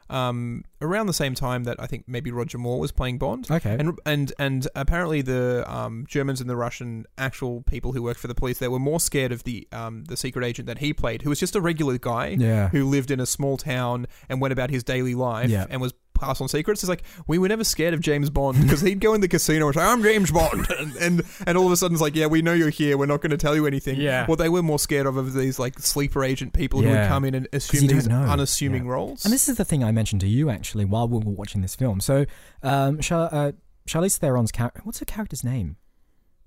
[SPEAKER 1] um, around the same time that I think maybe Roger Moore was playing Bond.
[SPEAKER 2] Okay.
[SPEAKER 1] And and and apparently the um, Germans and the Russian actual people who worked for the police they were more scared of the um, the secret agent that he played, who was just a regular guy
[SPEAKER 2] yeah.
[SPEAKER 1] who lived in a small town and went about his daily life
[SPEAKER 2] Yeah.
[SPEAKER 1] and was passed on secrets. It's like we were never scared of James Bond because he'd go in the casino and say, "I'm James Bond," and, and and all of a sudden it's like, "Yeah, we know you're here. We're not going to tell you anything."
[SPEAKER 2] Yeah.
[SPEAKER 1] What they were more scared of of these like sleeper agent people who
[SPEAKER 2] Yeah.
[SPEAKER 1] would come in and
[SPEAKER 2] you
[SPEAKER 1] assume
[SPEAKER 2] don't
[SPEAKER 1] these
[SPEAKER 2] know.
[SPEAKER 1] unassuming
[SPEAKER 2] Yeah.
[SPEAKER 1] roles.
[SPEAKER 2] And this is the thing I mentioned to you, actually, while we were watching this film. So, um, Char- uh, Charlize Theron's character, what's her character's name?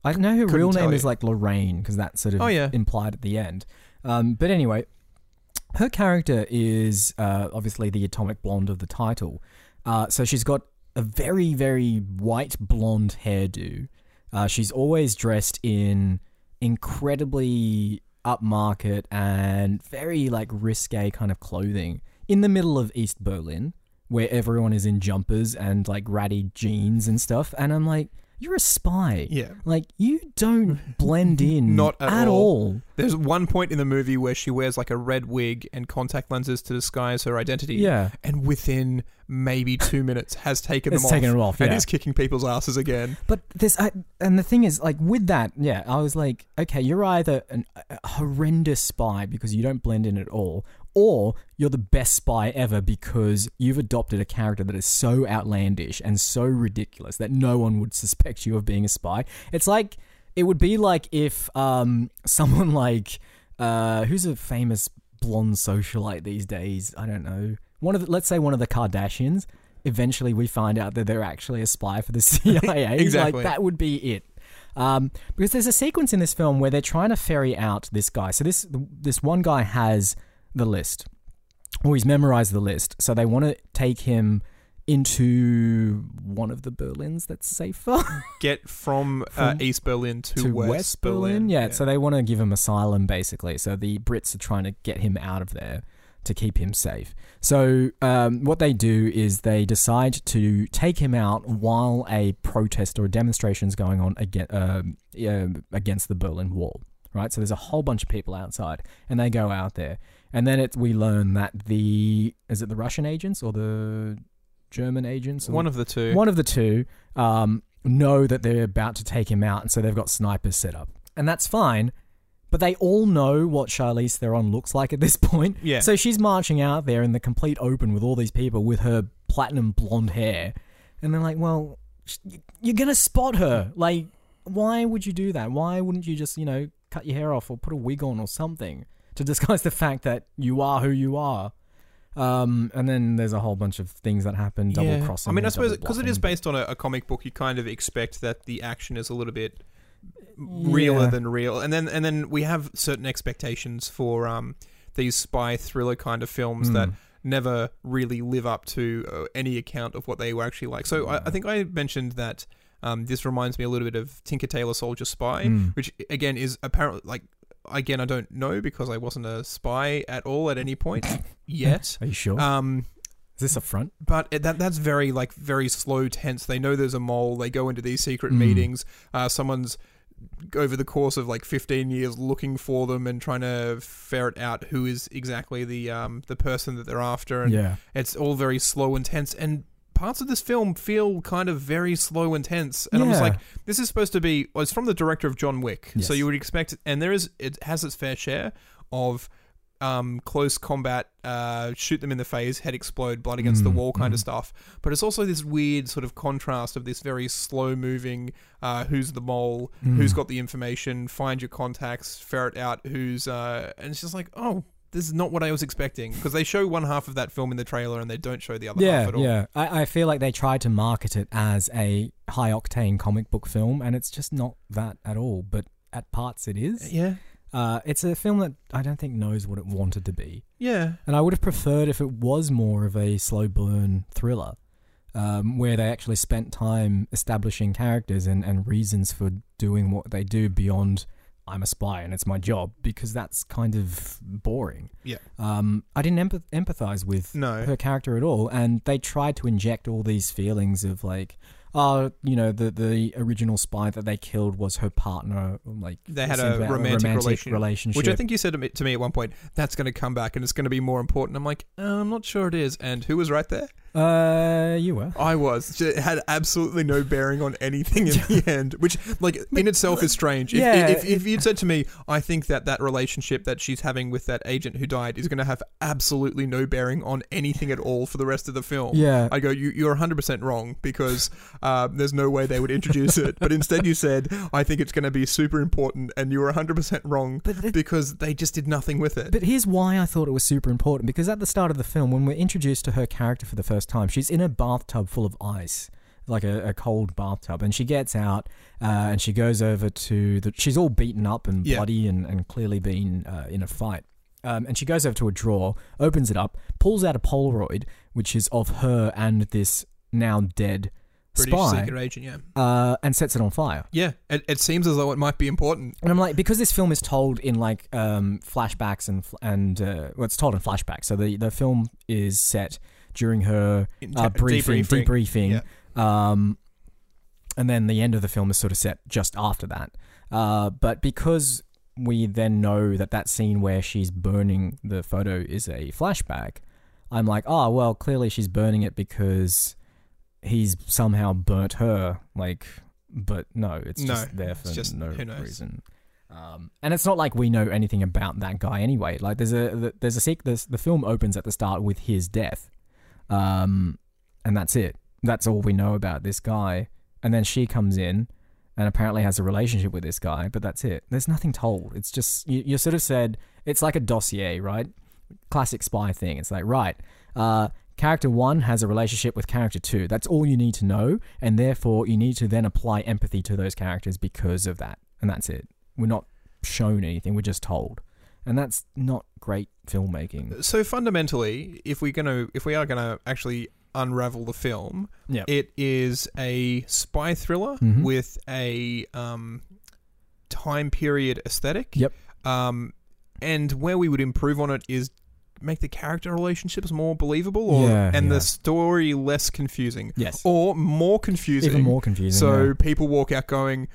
[SPEAKER 2] I don't know her
[SPEAKER 1] Couldn't
[SPEAKER 2] real
[SPEAKER 1] tell
[SPEAKER 2] name
[SPEAKER 1] you.
[SPEAKER 2] is like Lorraine, because that's sort of
[SPEAKER 1] Oh, yeah.
[SPEAKER 2] implied at the end. Um, but anyway, her character is uh, obviously the atomic blonde of the title. Uh, so she's got a very, very white blonde hairdo. Uh, she's always dressed in incredibly upmarket and very like risque kind of clothing in the middle of East Berlin, where everyone is in jumpers and like ratty jeans and stuff. And I'm like, you're a spy.
[SPEAKER 1] yeah.
[SPEAKER 2] Like you don't blend in
[SPEAKER 1] Not at all.
[SPEAKER 2] all.
[SPEAKER 1] There's one point in the movie where she wears like a red wig and contact lenses to disguise her identity.
[SPEAKER 2] Yeah.
[SPEAKER 1] And within maybe two minutes has taken
[SPEAKER 2] It's
[SPEAKER 1] them
[SPEAKER 2] taken
[SPEAKER 1] off.
[SPEAKER 2] it off,
[SPEAKER 1] And
[SPEAKER 2] yeah.
[SPEAKER 1] is kicking people's asses again.
[SPEAKER 2] But this, I, and the thing is, like with that, yeah, I was like, okay, you're either an, a horrendous spy because you don't blend in at all, or you're the best spy ever because you've adopted a character that is so outlandish and so ridiculous that no one would suspect you of being a spy. It's like it would be like if um someone like uh who's a famous blonde socialite these days? I don't know. One of the, let's say one of the Kardashians. Eventually, we find out that they're actually a spy for the CIA.
[SPEAKER 1] Exactly.
[SPEAKER 2] Like that would be it. Um, because there's a sequence in this film where they're trying to ferry out this guy. So this this one guy has the list, or he's memorized the list. So they want to take him into one of the Berlins that's safer
[SPEAKER 1] Get from, uh,
[SPEAKER 2] From-
[SPEAKER 1] East Berlin to, West, Berlin.
[SPEAKER 2] Yeah, so they want to give him asylum basically. So the Brits are trying to get him out of there to keep him safe. So um, what they do is they decide to take him out while a protest or a demonstration is going on against, um yeah, against the Berlin Wall. Right, so there's a whole bunch of people outside, and they go out there, and then it, we learn that the is it the Russian agents or the German agents? Or
[SPEAKER 1] one of the two.
[SPEAKER 2] one of the two um, know that they're about to take him out, and so they've got snipers set up, and that's fine. But they all know what Charlize Theron looks like at this point.
[SPEAKER 1] Yeah.
[SPEAKER 2] So she's marching out there in the complete open with all these people with her platinum blonde hair. And they're like, well, sh- you're going to spot her. Like, why would you do that? Why wouldn't you just, you know, cut your hair off or put a wig on or something to disguise the fact that you are who you are? Um, and then there's a whole bunch of things that happen, double crossing.
[SPEAKER 1] I mean, I
[SPEAKER 2] and
[SPEAKER 1] suppose
[SPEAKER 2] double
[SPEAKER 1] because it is
[SPEAKER 2] bluffing.
[SPEAKER 1] based on a, a comic book, you kind of expect that the action is a little bit realer
[SPEAKER 2] Yeah.
[SPEAKER 1] than real, and then and then we have certain expectations for um, these spy thriller kind of films that
[SPEAKER 2] Mm.
[SPEAKER 1] never really live up to uh, any account of what they were actually like. So I, I think I mentioned that um, this reminds me a little bit of Tinker Tailor Soldier Spy,
[SPEAKER 2] Mm.
[SPEAKER 1] which again is apparently like. Again, I don't know because I wasn't a spy at all at any point yet.
[SPEAKER 2] Are you sure?
[SPEAKER 1] Um,
[SPEAKER 2] is this a front?
[SPEAKER 1] but it- that that's very like very slow tense. They know there's a mole. They go into these secret
[SPEAKER 2] Mm.
[SPEAKER 1] meetings. Uh, someone's over the course of like 15 years looking for them and trying to ferret out who is exactly the um the person that they're after. And
[SPEAKER 2] Yeah.
[SPEAKER 1] it's all very slow and tense. And parts of this film feel kind of very slow and tense. And I'm just
[SPEAKER 2] Yeah.
[SPEAKER 1] like, this is supposed to be. Well, it's from the director of John Wick,
[SPEAKER 2] Yes.
[SPEAKER 1] so you would expect. And there is it has its fair share of um, close combat, uh, shoot them in the face, head explode, blood against the
[SPEAKER 2] Mm,
[SPEAKER 1] wall kind of
[SPEAKER 2] mm.
[SPEAKER 1] stuff. But it's also this weird sort of contrast of this very slow moving. Uh, who's the mole? Who's
[SPEAKER 2] Mm.
[SPEAKER 1] got the information? Find your contacts, ferret out who's. Uh, and it's just like, oh. This is not what I was expecting because they show one half of that film in the trailer and they don't show the other half
[SPEAKER 2] Yeah,
[SPEAKER 1] at all.
[SPEAKER 2] yeah. I, I feel like they tried to market it as a high octane comic book film, and it's just not that at all. But at parts, it is.
[SPEAKER 1] yeah,
[SPEAKER 2] Uh, it's a film that I don't think knows what it wanted to be,
[SPEAKER 1] yeah.
[SPEAKER 2] and I would have preferred if it was more of a slow burn thriller, um, where they actually spent time establishing characters and, and reasons for doing what they do beyond "I'm a spy and it's my job," because that's kind of boring.
[SPEAKER 1] Yeah.
[SPEAKER 2] Um, I didn't empath- empathize with
[SPEAKER 1] No.
[SPEAKER 2] her character at all and they tried to inject all these feelings of like oh you know the the original spy that they killed was her partner like
[SPEAKER 1] They had
[SPEAKER 2] some
[SPEAKER 1] a
[SPEAKER 2] about-
[SPEAKER 1] romantic relationship,
[SPEAKER 2] relationship
[SPEAKER 1] Which I think you said to me, to me at one point, that's going to come back and it's going to be more important. I'm like, uh, I'm not sure it is. And who was right there?
[SPEAKER 2] uh you were
[SPEAKER 1] I was. It had absolutely no bearing on anything in the end, which, like, in itself is strange. If,
[SPEAKER 2] Yeah,
[SPEAKER 1] if, if you'd said to me, I think that that relationship that she's having with that agent who died is going to have absolutely no bearing on anything at all for the rest of the film.
[SPEAKER 2] yeah
[SPEAKER 1] I go, you, you're 100% wrong because uh, there's no way they would introduce it. But instead, you said, I think it's going to be super important, and you were 100% wrong
[SPEAKER 2] but the-
[SPEAKER 1] because they just did nothing with it.
[SPEAKER 2] But here's why I thought it was super important because at the start of the film, when we're introduced to her character for the first time, she's in a bathtub full of ice, like a, a cold bathtub, and she gets out uh, and she goes over to the. She's all beaten up and
[SPEAKER 1] Yeah.
[SPEAKER 2] bloody and, and clearly been uh, in a fight. Um, and she goes over to a drawer, opens it up, pulls out a Polaroid, which is of her and this now dead
[SPEAKER 1] British
[SPEAKER 2] spy,
[SPEAKER 1] secret agent, yeah.
[SPEAKER 2] uh, and sets it on fire.
[SPEAKER 1] Yeah, it, it seems as though it might be important.
[SPEAKER 2] And I'm like, because this film is told in like um, flashbacks and fl- and uh, well, it's told in flashbacks. So the the film is set during her
[SPEAKER 1] In-
[SPEAKER 2] uh, briefing,
[SPEAKER 1] debriefing.
[SPEAKER 2] debriefing, um, and then the end of the film is sort of set just after that. Uh, but because we then know that that scene where she's burning the photo is a flashback, I'm like, oh well, clearly she's burning it because he's somehow burnt her. Like, but no, it's
[SPEAKER 1] No,
[SPEAKER 2] just there for
[SPEAKER 1] it's just-
[SPEAKER 2] no
[SPEAKER 1] who knows?
[SPEAKER 2] reason. Um, and it's not like we know anything about that guy anyway. Like, there's a there's a sequ- there's, the film opens at the start with his death, um, and that's it. That's all we know about this guy. And then she comes in and apparently has a relationship with this guy, but that's it. There's nothing told. It's just you, you're sort of said it's like a dossier, right? Classic spy thing. It's like right, uh, character one has a relationship with character two. That's all you need to know, and therefore you need to then apply empathy to those characters because of that. And that's it. We're not shown anything. We're just told, and that's not great filmmaking.
[SPEAKER 1] So fundamentally, if we're gonna, if we are gonna actually unravel the film,
[SPEAKER 2] Yeah.
[SPEAKER 1] it is a spy thriller
[SPEAKER 2] Mhm.
[SPEAKER 1] with a um, time period aesthetic.
[SPEAKER 2] Yep.
[SPEAKER 1] Um, and where we would improve on it is make the character relationships more believable, or
[SPEAKER 2] Yeah,
[SPEAKER 1] and
[SPEAKER 2] yeah.
[SPEAKER 1] the story less confusing,
[SPEAKER 2] Yes.
[SPEAKER 1] or more confusing.
[SPEAKER 2] Even more confusing.
[SPEAKER 1] So
[SPEAKER 2] yeah.
[SPEAKER 1] people walk out going,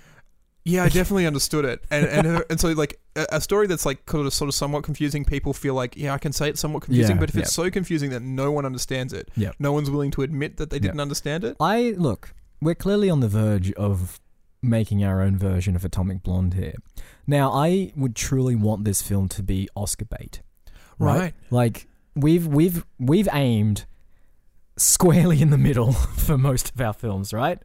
[SPEAKER 1] "Yeah, I definitely understood it," and and her- and so like a, a story that's like kind of sort of somewhat confusing. People feel like, "Yeah, I can say it's somewhat confusing,"
[SPEAKER 2] Yeah,
[SPEAKER 1] but if it's so confusing that no one understands it,
[SPEAKER 2] Yeah.
[SPEAKER 1] no one's willing to admit that they didn't understand it.
[SPEAKER 2] I look, we're clearly on the verge of making our own version of Atomic Blonde here. Now, I would truly want this film to be Oscar bait.
[SPEAKER 1] Right.
[SPEAKER 2] Like we've we've we've aimed squarely in the middle for most of our films, right?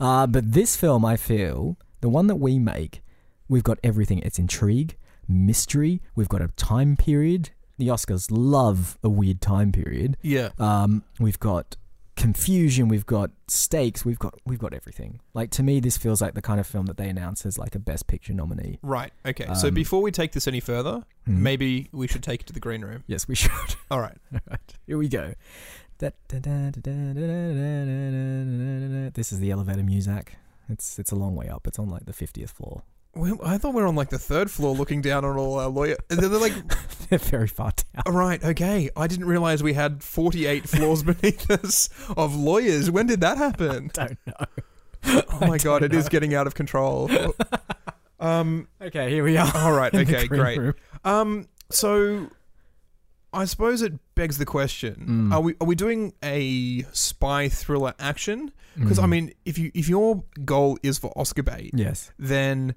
[SPEAKER 2] Uh, but this film, I feel, the one that we make, we've got everything. It's intrigue, mystery. We've got a time period. The Oscars love a weird time period.
[SPEAKER 1] Yeah.
[SPEAKER 2] Um, we've got confusion. We've got stakes. We've got we've got everything. Like to me, this feels like the kind of film that they announce as like a Best Picture nominee.
[SPEAKER 1] Right. Okay. so
[SPEAKER 2] Um,
[SPEAKER 1] before we take this any further,
[SPEAKER 2] Hmm.
[SPEAKER 1] maybe we should take it to the green room.
[SPEAKER 2] Yes, we should.
[SPEAKER 1] All right.
[SPEAKER 2] Alright, Here we go. Da- da- da- da- da- da- da- da- da- da- da- da. This is the elevator music. It's it's a long way up. It's on like the fiftieth floor.
[SPEAKER 1] Well, I thought we were on like the third floor, looking down on all our lawyer. They're they're like,
[SPEAKER 2] They're very far down.
[SPEAKER 1] all right, okay. I didn't realize we had forty-eight floors beneath us of lawyers. When did that happen?
[SPEAKER 2] Don't know.
[SPEAKER 1] Oh my god, it is getting out of control. um.
[SPEAKER 2] Okay, here we are.
[SPEAKER 1] All right.
[SPEAKER 2] in the
[SPEAKER 1] Okay.
[SPEAKER 2] green
[SPEAKER 1] Great.
[SPEAKER 2] room.
[SPEAKER 1] Um. So, I suppose it begs the question:
[SPEAKER 2] Mm.
[SPEAKER 1] Are we are we doing a spy thriller action? Because I
[SPEAKER 2] Mm.
[SPEAKER 1] mean, if you if your goal is for Oscar bait,
[SPEAKER 2] yes,
[SPEAKER 1] then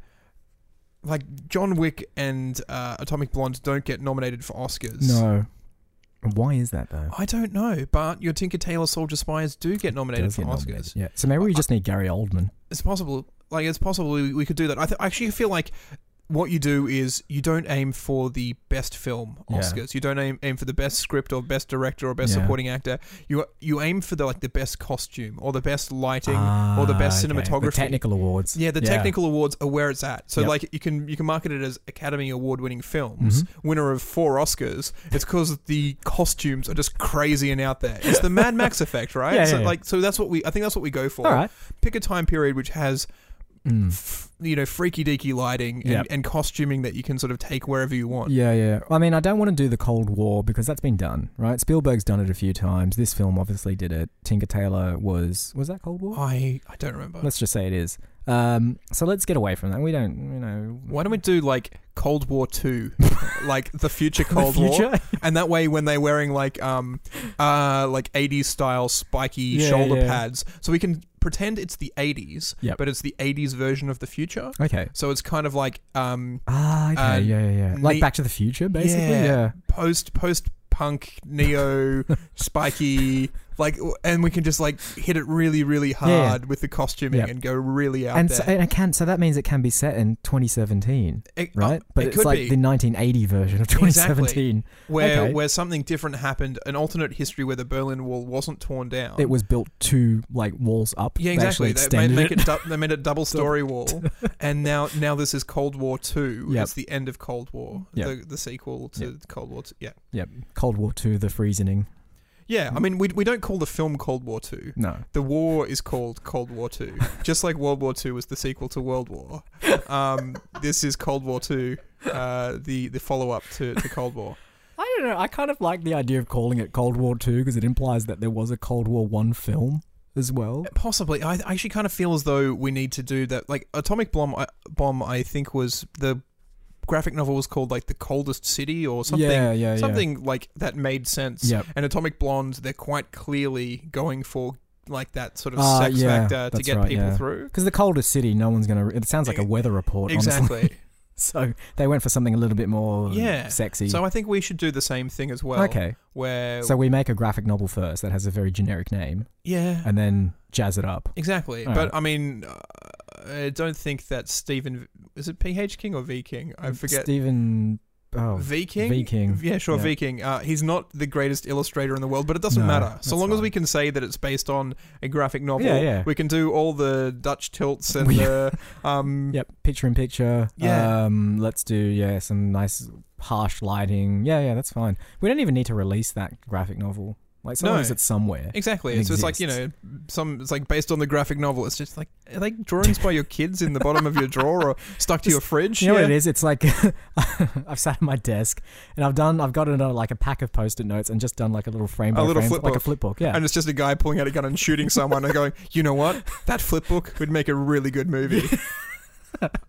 [SPEAKER 1] like John Wick and uh, Atomic Blonde don't get nominated for Oscars.
[SPEAKER 2] no. Why is that though?
[SPEAKER 1] I don't know, but your Tinker Tailor Soldier Spies do get nominated
[SPEAKER 2] Does
[SPEAKER 1] for
[SPEAKER 2] get
[SPEAKER 1] Oscars.
[SPEAKER 2] nominated. Yeah. So maybe we just need Gary Oldman.
[SPEAKER 1] It's possible. Like it's possible we, we could do that. I th- actually feel like what you do is you don't aim for the best film
[SPEAKER 2] Yeah.
[SPEAKER 1] Oscars. You don't aim, aim for the best script or best director or best
[SPEAKER 2] Yeah.
[SPEAKER 1] supporting actor. You you aim for the like the best costume or the best lighting or the best
[SPEAKER 2] Ah, okay.
[SPEAKER 1] cinematography.
[SPEAKER 2] The technical awards.
[SPEAKER 1] Yeah, the technical awards are where it's at. So
[SPEAKER 2] Yep.
[SPEAKER 1] like you can you can market it as Academy Award winning films,
[SPEAKER 2] Mm-hmm.
[SPEAKER 1] winner of four Oscars. It's because the costumes are just crazy and out there. It's the Mad Max effect, right?
[SPEAKER 2] Yeah,
[SPEAKER 1] so
[SPEAKER 2] yeah, yeah.
[SPEAKER 1] like so that's what we I think that's what we go for.
[SPEAKER 2] All right.
[SPEAKER 1] Pick a time period which has
[SPEAKER 2] Mm.
[SPEAKER 1] f- you know freaky deaky lighting and,
[SPEAKER 2] Yep.
[SPEAKER 1] and costuming that you can sort of take wherever you want.
[SPEAKER 2] Yeah, yeah. I mean, I don't want to do the Cold War because that's been done, right? Spielberg's done it a few times. This film obviously did it. Tinker Tailor was was that Cold War?
[SPEAKER 1] I I don't remember.
[SPEAKER 2] Let's just say it is. Um, so let's get away from that. We don't, you know,
[SPEAKER 1] Why don't we do like Cold War Two, like the future
[SPEAKER 2] the
[SPEAKER 1] Cold War?
[SPEAKER 2] future?
[SPEAKER 1] And that way, when they're wearing like um, uh, like '80s style spiky
[SPEAKER 2] Yeah,
[SPEAKER 1] shoulder
[SPEAKER 2] yeah.
[SPEAKER 1] pads, so we can pretend it's the '80s,
[SPEAKER 2] Yep.
[SPEAKER 1] but it's the '80s version of the future.
[SPEAKER 2] Okay.
[SPEAKER 1] So it's kind of like um,
[SPEAKER 2] Ah, okay.
[SPEAKER 1] Uh,
[SPEAKER 2] yeah, yeah, yeah. Like
[SPEAKER 1] ne-
[SPEAKER 2] Back to the Future, basically.
[SPEAKER 1] Yeah.
[SPEAKER 2] Yeah.
[SPEAKER 1] post post punk neo spiky, like, w- and we can just like hit it really really hard
[SPEAKER 2] yeah.
[SPEAKER 1] with the costuming
[SPEAKER 2] Yep.
[SPEAKER 1] and go really out
[SPEAKER 2] And
[SPEAKER 1] there.
[SPEAKER 2] so and it can so that means it can be set in 2017,
[SPEAKER 1] It- uh,
[SPEAKER 2] right? but
[SPEAKER 1] it
[SPEAKER 2] it's
[SPEAKER 1] could
[SPEAKER 2] like
[SPEAKER 1] be.
[SPEAKER 2] the 1980 version of 2017.
[SPEAKER 1] where
[SPEAKER 2] okay.
[SPEAKER 1] where something different happened, an alternate history where the Berlin Wall wasn't torn down.
[SPEAKER 2] It was built two like walls up.
[SPEAKER 1] Yeah,
[SPEAKER 2] They actually
[SPEAKER 1] exactly. They made,
[SPEAKER 2] extended
[SPEAKER 1] make it du- they made it double story wall, and now now this is Cold War Two.
[SPEAKER 2] Yep.
[SPEAKER 1] It's the end of Cold War,
[SPEAKER 2] Yep.
[SPEAKER 1] the, the sequel to Cold War. Two. Yeah,
[SPEAKER 2] Yep. Cold War 2, the freezing.
[SPEAKER 1] yeah.
[SPEAKER 2] Mm.
[SPEAKER 1] I mean, we, we don't call the film Cold War Two.
[SPEAKER 2] No.
[SPEAKER 1] The war is called Cold War Two, just like World War Two was the sequel to World War. Um, this is Cold War Two, uh, the the follow up to, to Cold War.
[SPEAKER 2] I don't know. I kind of like the idea of calling it Cold War Two because it implies that there was a Cold War One film as well.
[SPEAKER 1] Possibly, I I actually kind of feel as though we need to do that. Like Atomic Bomb, I, Bomb, I think was the graphic novel was called like the Coldest City or something.
[SPEAKER 2] yeah, yeah,
[SPEAKER 1] something like that made sense.
[SPEAKER 2] Yeah. Yep.
[SPEAKER 1] And Atomic Blonde, they're quite clearly going for like that sort of
[SPEAKER 2] Ah,
[SPEAKER 1] sex
[SPEAKER 2] yeah,
[SPEAKER 1] factor to
[SPEAKER 2] that's
[SPEAKER 1] get
[SPEAKER 2] right,
[SPEAKER 1] people
[SPEAKER 2] yeah.
[SPEAKER 1] through.
[SPEAKER 2] Because the coldest city, no one's gonna. It sounds like a weather report, honestly.
[SPEAKER 1] E-, Exactly.
[SPEAKER 2] So they went for something a little bit more
[SPEAKER 1] Yeah.
[SPEAKER 2] sexy.
[SPEAKER 1] so I think we should do the same thing as well.
[SPEAKER 2] okay,
[SPEAKER 1] Where
[SPEAKER 2] so we make a graphic novel first that has a very generic name,
[SPEAKER 1] yeah,
[SPEAKER 2] and then jazz it up.
[SPEAKER 1] exactly.
[SPEAKER 2] All
[SPEAKER 1] But I mean, uh, I don't think that Stephen is it PH King or V King? I forget.
[SPEAKER 2] Mm, Stephen. Oh,
[SPEAKER 1] V King?
[SPEAKER 2] V. King.
[SPEAKER 1] Yeah, sure,
[SPEAKER 2] Yeah.
[SPEAKER 1] V King. Uh, he's not the greatest illustrator in the world, but it doesn't
[SPEAKER 2] No,
[SPEAKER 1] matter. So
[SPEAKER 2] that's
[SPEAKER 1] long as we
[SPEAKER 2] fine.
[SPEAKER 1] can say that it's based on a graphic novel,
[SPEAKER 2] Yeah, yeah.
[SPEAKER 1] we can do all the Dutch tilts and
[SPEAKER 2] We-
[SPEAKER 1] the um,
[SPEAKER 2] Yep, picture in picture.
[SPEAKER 1] Yeah.
[SPEAKER 2] Um, let's do yeah some nice harsh lighting. Yeah, yeah, that's fine. We don't even need to release that graphic novel. Like, so
[SPEAKER 1] No.
[SPEAKER 2] long as it's somewhere.
[SPEAKER 1] Exactly.
[SPEAKER 2] It
[SPEAKER 1] so it's like you know,
[SPEAKER 2] exists.
[SPEAKER 1] some it's like based on the graphic novel. It's just like are they drawings by your kids in the bottom of your drawer or stuck to your fridge?
[SPEAKER 2] You know
[SPEAKER 1] yeah.
[SPEAKER 2] what it is? It's like I've sat at my desk and I've done I've got another like a pack of post-it notes and just done like a little frame by
[SPEAKER 1] A little
[SPEAKER 2] frame,
[SPEAKER 1] flip
[SPEAKER 2] like a
[SPEAKER 1] book.
[SPEAKER 2] flip book. Yeah,
[SPEAKER 1] And it's just a guy pulling out a gun and shooting someone and going, you know what? That flip book would make a really good movie.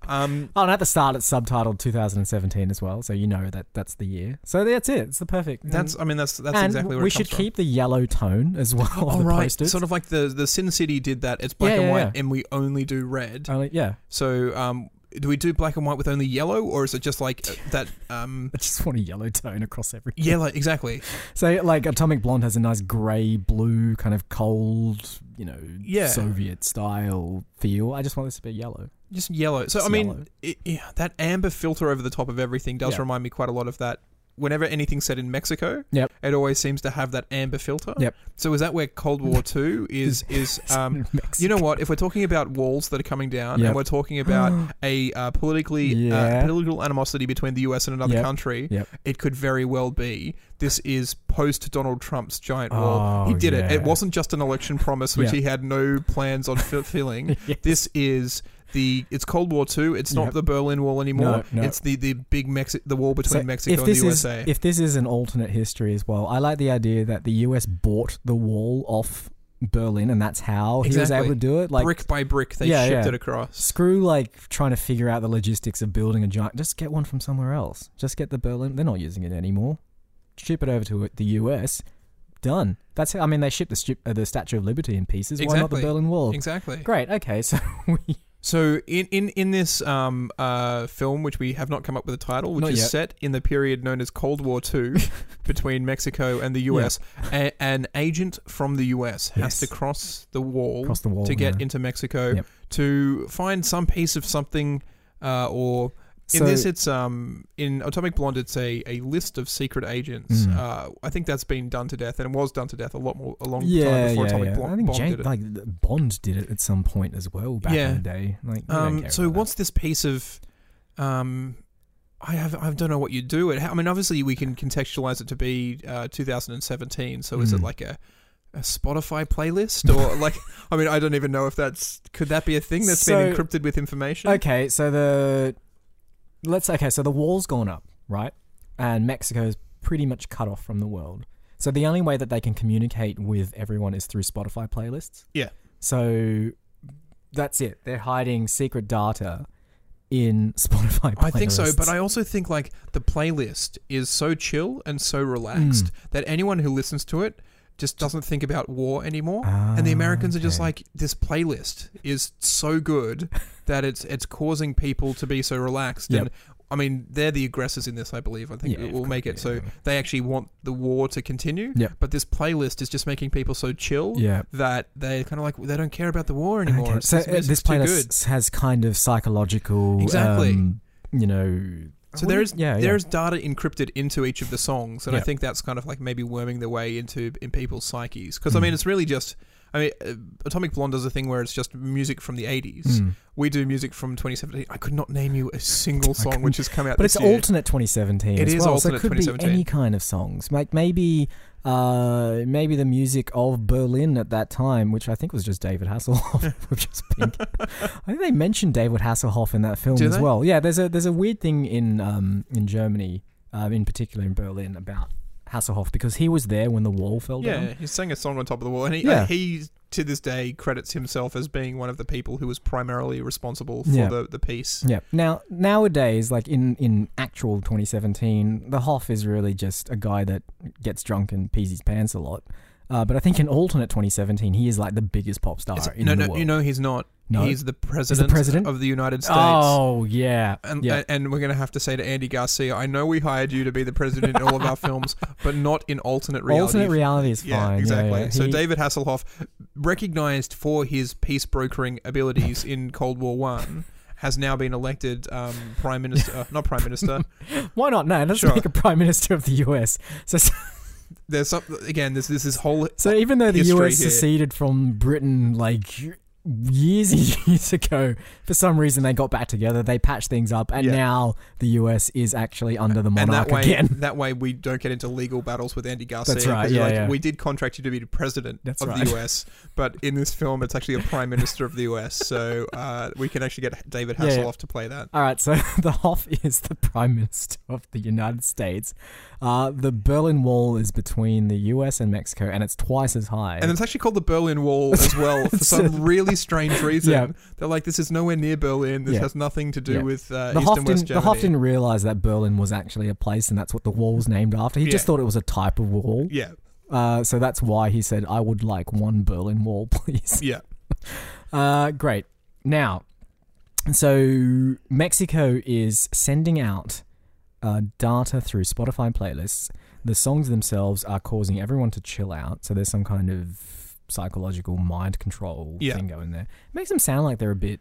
[SPEAKER 1] Um,
[SPEAKER 2] Oh, and at the start, it's subtitled 2017 as well, so you know that that's the year. So that's it. It's the perfect.
[SPEAKER 1] that's I mean that's that's
[SPEAKER 2] and
[SPEAKER 1] exactly where
[SPEAKER 2] we
[SPEAKER 1] it comes
[SPEAKER 2] should
[SPEAKER 1] from.
[SPEAKER 2] keep the yellow tone as well.
[SPEAKER 1] Oh,
[SPEAKER 2] on the
[SPEAKER 1] right.
[SPEAKER 2] posters.
[SPEAKER 1] Sort of like the the Sin City did that. It's black
[SPEAKER 2] Yeah,
[SPEAKER 1] and
[SPEAKER 2] yeah,
[SPEAKER 1] white,
[SPEAKER 2] yeah.
[SPEAKER 1] and we only do red.
[SPEAKER 2] Only- yeah,
[SPEAKER 1] So, um, do we do black and white with only yellow, or is it just like uh, that? Um,
[SPEAKER 2] I just want a yellow tone across every.
[SPEAKER 1] yellow, exactly.
[SPEAKER 2] So like Atomic Blonde has a nice grey blue kind of cold, you know,
[SPEAKER 1] Yeah.
[SPEAKER 2] Soviet style feel. I just want this to be yellow.
[SPEAKER 1] Just yellow. So, I
[SPEAKER 2] It's
[SPEAKER 1] mean,
[SPEAKER 2] yellow.
[SPEAKER 1] it, yeah, that amber filter over the top of everything does
[SPEAKER 2] Yeah.
[SPEAKER 1] remind me quite a lot of that. Whenever anything's set in Mexico,
[SPEAKER 2] Yep.
[SPEAKER 1] it always seems to have that amber filter.
[SPEAKER 2] Yep.
[SPEAKER 1] So, is that where Cold War Two is? Is um, you know what? If we're talking about walls that are coming down,
[SPEAKER 2] Yep.
[SPEAKER 1] and we're talking about a uh, politically uh,
[SPEAKER 2] Yeah.
[SPEAKER 1] political animosity between the U.S. and another
[SPEAKER 2] Yep.
[SPEAKER 1] country,
[SPEAKER 2] Yep.
[SPEAKER 1] it could very well be this is post Donald Trump's giant wall.
[SPEAKER 2] Oh,
[SPEAKER 1] he did it. It
[SPEAKER 2] yeah.
[SPEAKER 1] wasn't just an election promise which
[SPEAKER 2] Yeah.
[SPEAKER 1] he had no plans on fulfilling.
[SPEAKER 2] Yeah.
[SPEAKER 1] This is the it's Cold War Two. It's not
[SPEAKER 2] Yep.
[SPEAKER 1] the Berlin Wall anymore.
[SPEAKER 2] No, no.
[SPEAKER 1] It's the the big Mexi- the wall between
[SPEAKER 2] So
[SPEAKER 1] Mexico
[SPEAKER 2] if
[SPEAKER 1] and the
[SPEAKER 2] this is
[SPEAKER 1] USA.
[SPEAKER 2] if this is an alternate history as well, I like the idea that the US bought the wall off Berlin, and that's how he was
[SPEAKER 1] Exactly.
[SPEAKER 2] able to do it. Like
[SPEAKER 1] brick by brick, they
[SPEAKER 2] Yeah,
[SPEAKER 1] shipped
[SPEAKER 2] yeah.
[SPEAKER 1] it across.
[SPEAKER 2] screw like trying to figure out the logistics of building a giant. Just get one from somewhere else. Just get the Berlin. They're not using it anymore. Ship it over to the US. Done. That's. it. I mean, they shipped the, stu- uh, the Statue of Liberty in pieces. Why not the
[SPEAKER 1] Exactly.
[SPEAKER 2] Berlin Wall?
[SPEAKER 1] Exactly.
[SPEAKER 2] Great. Okay. So we.
[SPEAKER 1] So in in in this um uh film, which we have not come up with a title, which
[SPEAKER 2] Not
[SPEAKER 1] is
[SPEAKER 2] yet.
[SPEAKER 1] set in the period known as Cold War Two, between Mexico and the U.S., a, an agent from the U.S. has
[SPEAKER 2] Yes.
[SPEAKER 1] to cross the wall,
[SPEAKER 2] Cross the wall,
[SPEAKER 1] to get
[SPEAKER 2] yeah.
[SPEAKER 1] into Mexico
[SPEAKER 2] Yep.
[SPEAKER 1] to find some piece of something, uh, or in
[SPEAKER 2] So-
[SPEAKER 1] this it's um in Atomic Blonde it's a, a list of secret agents.
[SPEAKER 2] Mm.
[SPEAKER 1] Uh, I think that's been done to death and it was done to death a lot more a long time
[SPEAKER 2] Yeah,
[SPEAKER 1] before
[SPEAKER 2] yeah,
[SPEAKER 1] Atomic
[SPEAKER 2] yeah.
[SPEAKER 1] Blo-
[SPEAKER 2] I think
[SPEAKER 1] Bomb
[SPEAKER 2] Jane,
[SPEAKER 1] did it.
[SPEAKER 2] like Bond did it at some point as well back
[SPEAKER 1] Yeah.
[SPEAKER 2] in the day. Like, we don't
[SPEAKER 1] Um,
[SPEAKER 2] care
[SPEAKER 1] so
[SPEAKER 2] about that.
[SPEAKER 1] what's this piece of, um, I have I don't know what you do. It. I mean, obviously we can contextualize it to be uh, 2017. So is it
[SPEAKER 2] Mm.
[SPEAKER 1] like a, a Spotify playlist or like? I mean, I don't even know if that's could that be a thing that's been
[SPEAKER 2] So-
[SPEAKER 1] encrypted with information.
[SPEAKER 2] Okay, so the let's okay, so the wall's gone up, right? And Mexico is pretty much cut off from the world. So the only way that they can communicate with everyone is through Spotify playlists.
[SPEAKER 1] Yeah.
[SPEAKER 2] So that's it. They're hiding secret data in Spotify playlists.
[SPEAKER 1] I think so, but I also think like the playlist is so chill and so relaxed
[SPEAKER 2] Hmm.
[SPEAKER 1] that anyone who listens to it just doesn't think about war anymore. and the
[SPEAKER 2] Ah,
[SPEAKER 1] Americans are just
[SPEAKER 2] okay.
[SPEAKER 1] like this playlist is so good that it's it's causing people to be so relaxed.
[SPEAKER 2] Yep.
[SPEAKER 1] And I mean, they're the aggressors in this, I believe. I think
[SPEAKER 2] Yeah,
[SPEAKER 1] it
[SPEAKER 2] of
[SPEAKER 1] will
[SPEAKER 2] course,
[SPEAKER 1] make it so
[SPEAKER 2] yeah.
[SPEAKER 1] they actually want the war to continue.
[SPEAKER 2] Yep.
[SPEAKER 1] But this playlist is just making people so chill
[SPEAKER 2] Yeah.
[SPEAKER 1] that they're kind of like they don't care about the war anymore.
[SPEAKER 2] Okay,
[SPEAKER 1] It's-
[SPEAKER 2] So
[SPEAKER 1] this
[SPEAKER 2] uh,
[SPEAKER 1] music's
[SPEAKER 2] this
[SPEAKER 1] too
[SPEAKER 2] playlist
[SPEAKER 1] good.
[SPEAKER 2] s- has kind of psychological
[SPEAKER 1] Exactly.
[SPEAKER 2] um, you know
[SPEAKER 1] So there is
[SPEAKER 2] yeah,
[SPEAKER 1] there
[SPEAKER 2] yeah.
[SPEAKER 1] is data encrypted into each of the songs, and I
[SPEAKER 2] Yeah.
[SPEAKER 1] think that's kind of like maybe worming their way into in people's psyches. Because I mean,
[SPEAKER 2] Mm.
[SPEAKER 1] it's really just. I mean, uh, Atomic Blonde does a thing where it's just music from the 80s.
[SPEAKER 2] Mm.
[SPEAKER 1] We do music from 2017. I could not name you a single song
[SPEAKER 2] couldn't-
[SPEAKER 1] which has come out
[SPEAKER 2] But
[SPEAKER 1] this
[SPEAKER 2] it's
[SPEAKER 1] year.
[SPEAKER 2] alternate 2017.
[SPEAKER 1] It
[SPEAKER 2] as
[SPEAKER 1] is
[SPEAKER 2] well, so
[SPEAKER 1] alternate
[SPEAKER 2] it could
[SPEAKER 1] 2017.
[SPEAKER 2] be any kind of songs. Like maybe, uh, maybe the music of Berlin at that time, which I think was just David Hasselhoff with just pink. I think they mentioned David Hasselhoff in that film
[SPEAKER 1] Do
[SPEAKER 2] as
[SPEAKER 1] they?
[SPEAKER 2] well. Yeah, there's a there's a weird thing in um, in Germany, um, in particular in Berlin, about Hasselhoff because he was there when the wall fell down.
[SPEAKER 1] yeah, he sang a song on top of the wall, and he,
[SPEAKER 2] Yeah.
[SPEAKER 1] he to this day credits himself as being one of the people who was primarily responsible for
[SPEAKER 2] Yeah.
[SPEAKER 1] the, the piece.
[SPEAKER 2] Yeah. Now nowadays, like in in actual 2017, the Hoff is really just a guy that gets drunk and pees his pants a lot. Uh, but I think in alternate 2017, he is like the biggest pop star
[SPEAKER 1] It's-
[SPEAKER 2] in
[SPEAKER 1] no,
[SPEAKER 2] the
[SPEAKER 1] no,
[SPEAKER 2] world.
[SPEAKER 1] you know he's not.
[SPEAKER 2] No.
[SPEAKER 1] He's the president,
[SPEAKER 2] president?
[SPEAKER 1] of the United States.
[SPEAKER 2] oh yeah,
[SPEAKER 1] And, uh,
[SPEAKER 2] yeah.
[SPEAKER 1] and- and we're going to have to say to Andy Garcia, I know we hired you to be the president in all of our films, but not in alternate reality.
[SPEAKER 2] alternate reality is fine.
[SPEAKER 1] Yeah, exactly.
[SPEAKER 2] yeah.
[SPEAKER 1] So
[SPEAKER 2] He-
[SPEAKER 1] David Hasselhoff, recognized for his peace brokering abilities in Cold War One, has now been elected um, prime minister. uh, not prime minister.
[SPEAKER 2] why not? No, let's
[SPEAKER 1] Sure.
[SPEAKER 2] make a prime minister of the U.S. So
[SPEAKER 1] There's some again. There's, there's this whole.
[SPEAKER 2] so even though the
[SPEAKER 1] History
[SPEAKER 2] U.S.
[SPEAKER 1] here.
[SPEAKER 2] seceded from Britain like years and years ago, for some reason they got back together, they patched things up, and
[SPEAKER 1] Yeah.
[SPEAKER 2] now the U.S. is actually under the
[SPEAKER 1] And
[SPEAKER 2] monarch
[SPEAKER 1] that way,
[SPEAKER 2] again.
[SPEAKER 1] that way, we don't get into legal battles with Andy Garcia.
[SPEAKER 2] That's right,
[SPEAKER 1] 'cause you're
[SPEAKER 2] yeah,
[SPEAKER 1] like,
[SPEAKER 2] yeah.
[SPEAKER 1] We did contract you to be the president
[SPEAKER 2] That's
[SPEAKER 1] of
[SPEAKER 2] right.
[SPEAKER 1] the US, but in this film, it's actually a prime minister of the US. So uh, we can actually get David
[SPEAKER 2] Yeah,
[SPEAKER 1] Hasselhoff
[SPEAKER 2] yeah.
[SPEAKER 1] to play that.
[SPEAKER 2] All right, so the Hof is the Prime Minister of the United States. Uh, the Berlin Wall is between the US and Mexico, and it's twice as high.
[SPEAKER 1] And it's actually called the Berlin Wall as well for
[SPEAKER 2] It's
[SPEAKER 1] some
[SPEAKER 2] a-
[SPEAKER 1] really strange reason.
[SPEAKER 2] Yeah.
[SPEAKER 1] They're like, this is nowhere near Berlin. This
[SPEAKER 2] Yeah.
[SPEAKER 1] has nothing to do
[SPEAKER 2] Yeah.
[SPEAKER 1] with uh,
[SPEAKER 2] The
[SPEAKER 1] East and West
[SPEAKER 2] Hof, didn't, the
[SPEAKER 1] Germany.
[SPEAKER 2] Hof didn't realize that Berlin was actually a place, and that's what the wall was named after. He just
[SPEAKER 1] Yeah.
[SPEAKER 2] thought it was a type of wall.
[SPEAKER 1] yeah,
[SPEAKER 2] Uh, so that's why he said, "I would like one Berlin Wall, please."
[SPEAKER 1] yeah,
[SPEAKER 2] Uh, great. Now, so Mexico is sending out uh, data through Spotify playlists. The songs themselves are causing everyone to chill out. So there's some kind of psychological mind control
[SPEAKER 1] Yeah.
[SPEAKER 2] thing going there. makes them sound like they're a bit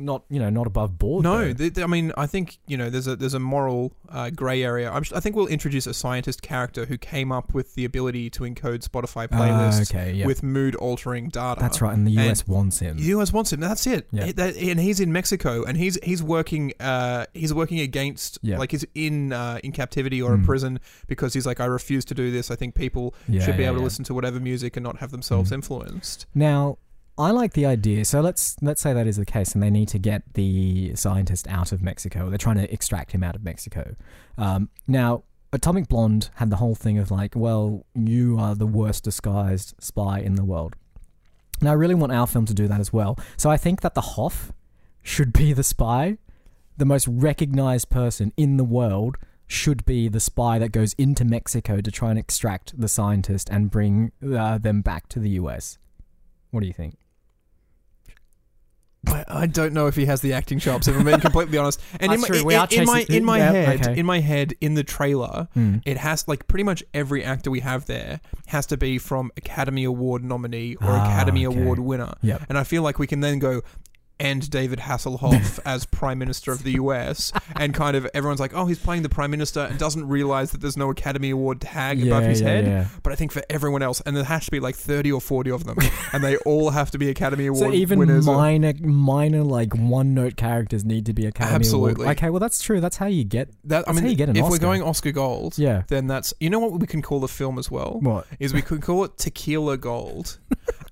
[SPEAKER 2] not, you know, not above board.
[SPEAKER 1] no.
[SPEAKER 2] though.
[SPEAKER 1] They, they- I mean, I think you know, there's a there's a moral uh, grey area. I'm, s- I think we'll introduce a scientist character who came up with the ability to encode Spotify
[SPEAKER 2] Ah,
[SPEAKER 1] playlists
[SPEAKER 2] okay, yeah.
[SPEAKER 1] with mood altering data.
[SPEAKER 2] That's right, and the US wants him.
[SPEAKER 1] The US wants him. That's it.
[SPEAKER 2] Yeah.
[SPEAKER 1] He- that- and he's in Mexico, and he's he's working. Uh, he's working against.
[SPEAKER 2] Yeah.
[SPEAKER 1] Like he's in uh, in captivity or in
[SPEAKER 2] Mm.
[SPEAKER 1] prison because he's like, I refuse to do this. I think people
[SPEAKER 2] Yeah,
[SPEAKER 1] should be
[SPEAKER 2] yeah,
[SPEAKER 1] able to
[SPEAKER 2] yeah.
[SPEAKER 1] listen to whatever music and not have themselves
[SPEAKER 2] Mm.
[SPEAKER 1] influenced.
[SPEAKER 2] Now, I like the idea. So let's let's say that is the case, and they need to get the scientist out of Mexico. They're trying to extract him out of Mexico. Um, now, Atomic Blonde had the whole thing of like, well, you are the worst disguised spy in the world. Now, I really want our film to do that as well. So I think that the Hoff should be the spy. The most recognized person in the world should be the spy that goes into Mexico to try and extract the scientist and bring uh, them back to the US. What do you think?
[SPEAKER 1] I, I don't know if he has the acting chops. If I'm being completely honest, and in
[SPEAKER 2] That's
[SPEAKER 1] my,
[SPEAKER 2] true, we
[SPEAKER 1] in,
[SPEAKER 2] are
[SPEAKER 1] in my
[SPEAKER 2] chasing-
[SPEAKER 1] in my
[SPEAKER 2] yeah,
[SPEAKER 1] head,
[SPEAKER 2] okay.
[SPEAKER 1] in my head, in the trailer, it has like pretty much every actor we have there has to be from Academy Award nominee or
[SPEAKER 2] Ah,
[SPEAKER 1] Academy
[SPEAKER 2] okay.
[SPEAKER 1] Award winner.
[SPEAKER 2] Yep.
[SPEAKER 1] And I feel like we can then go and David Hasselhoff as Prime Minister of the US and kind of everyone's like, oh, he's playing the Prime Minister and doesn't realize that there's no Academy Award tag above his head. But I think for everyone else, and there has to be like 30 or 40 of them, and they all have to be Academy Award
[SPEAKER 2] So even
[SPEAKER 1] winners. or-
[SPEAKER 2] minor, minor like one note characters need to be Academy
[SPEAKER 1] Absolutely.
[SPEAKER 2] Award. Okay, well that's true. That's how you get.
[SPEAKER 1] that, I
[SPEAKER 2] that's how
[SPEAKER 1] mean,
[SPEAKER 2] you get an
[SPEAKER 1] if we're
[SPEAKER 2] Oscar.
[SPEAKER 1] going Oscar Gold,
[SPEAKER 2] Yeah.
[SPEAKER 1] then that's. You know what we can call the film as well?
[SPEAKER 2] What?
[SPEAKER 1] is we could call it tequila gold.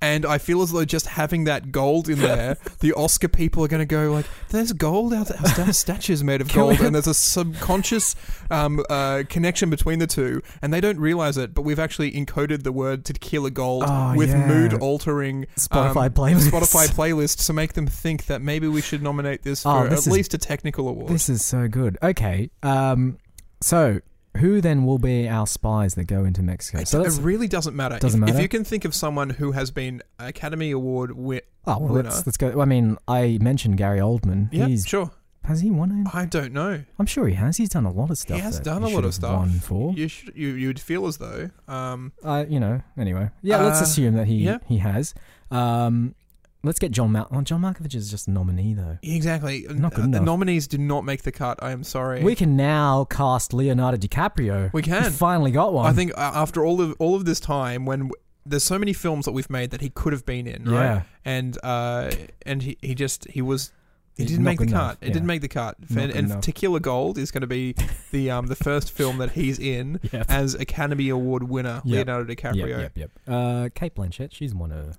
[SPEAKER 1] and I feel as though just having that gold in there, the Oscar people are going to go like, "There's gold out there. Our statues made of
[SPEAKER 2] Can
[SPEAKER 1] gold,"
[SPEAKER 2] we-
[SPEAKER 1] and there's a subconscious um, uh, connection between the two, and they don't realize it. But we've actually encoded the word tequila gold
[SPEAKER 2] Oh,
[SPEAKER 1] with
[SPEAKER 2] yeah.
[SPEAKER 1] mood altering.
[SPEAKER 2] Spotify playlist.
[SPEAKER 1] Um, Spotify playlists to make them think that maybe we should nominate this
[SPEAKER 2] Oh,
[SPEAKER 1] for
[SPEAKER 2] this
[SPEAKER 1] at
[SPEAKER 2] is-
[SPEAKER 1] least a technical award.
[SPEAKER 2] This is so good. Okay. Um. So who then will be our spies that go into Mexico?
[SPEAKER 1] it,
[SPEAKER 2] So
[SPEAKER 1] it really doesn't matter.
[SPEAKER 2] Doesn't
[SPEAKER 1] if, if
[SPEAKER 2] matter?
[SPEAKER 1] you can think of someone who has been Academy Award win,
[SPEAKER 2] Oh, well,
[SPEAKER 1] Winner.
[SPEAKER 2] let's, let's go. I mean, I mentioned Gary Oldman.
[SPEAKER 1] yeah,
[SPEAKER 2] He's
[SPEAKER 1] sure.
[SPEAKER 2] has he won? Any?
[SPEAKER 1] I don't know.
[SPEAKER 2] I'm sure he has. He's done a lot of stuff.
[SPEAKER 1] has
[SPEAKER 2] that
[SPEAKER 1] done a
[SPEAKER 2] should
[SPEAKER 1] lot of
[SPEAKER 2] have
[SPEAKER 1] stuff.
[SPEAKER 2] Won for.
[SPEAKER 1] You should, you you'd feel as though um
[SPEAKER 2] uh, you know, anyway. Yeah, let's
[SPEAKER 1] Uh,
[SPEAKER 2] assume that he
[SPEAKER 1] yeah.
[SPEAKER 2] he has. Um, let's get John Mal. Oh, John Malkovich is just a nominee though.
[SPEAKER 1] exactly
[SPEAKER 2] Not good
[SPEAKER 1] uh, the
[SPEAKER 2] enough.
[SPEAKER 1] nominees did not make the cut. I am sorry.
[SPEAKER 2] We can now cast Leonardo DiCaprio.
[SPEAKER 1] We
[SPEAKER 2] He
[SPEAKER 1] can.
[SPEAKER 2] finally got one.
[SPEAKER 1] I think uh, after all of all of this time when w- there's so many films that we've made that he could have been in, right?
[SPEAKER 2] Yeah.
[SPEAKER 1] And uh and he, he just he was he
[SPEAKER 2] He's
[SPEAKER 1] didn't
[SPEAKER 2] not
[SPEAKER 1] make the
[SPEAKER 2] good
[SPEAKER 1] cut.
[SPEAKER 2] enough,
[SPEAKER 1] It
[SPEAKER 2] yeah.
[SPEAKER 1] didn't make the cut.
[SPEAKER 2] Not
[SPEAKER 1] And,
[SPEAKER 2] good
[SPEAKER 1] and
[SPEAKER 2] enough.
[SPEAKER 1] Tequila Gold is going to be the um the first film that he's in
[SPEAKER 2] Yeah.
[SPEAKER 1] as Academy Award winner
[SPEAKER 2] Yep.
[SPEAKER 1] Leonardo DiCaprio. Um,
[SPEAKER 2] Yep, yep, yep. Uh, Kate Blanchett. She's won a.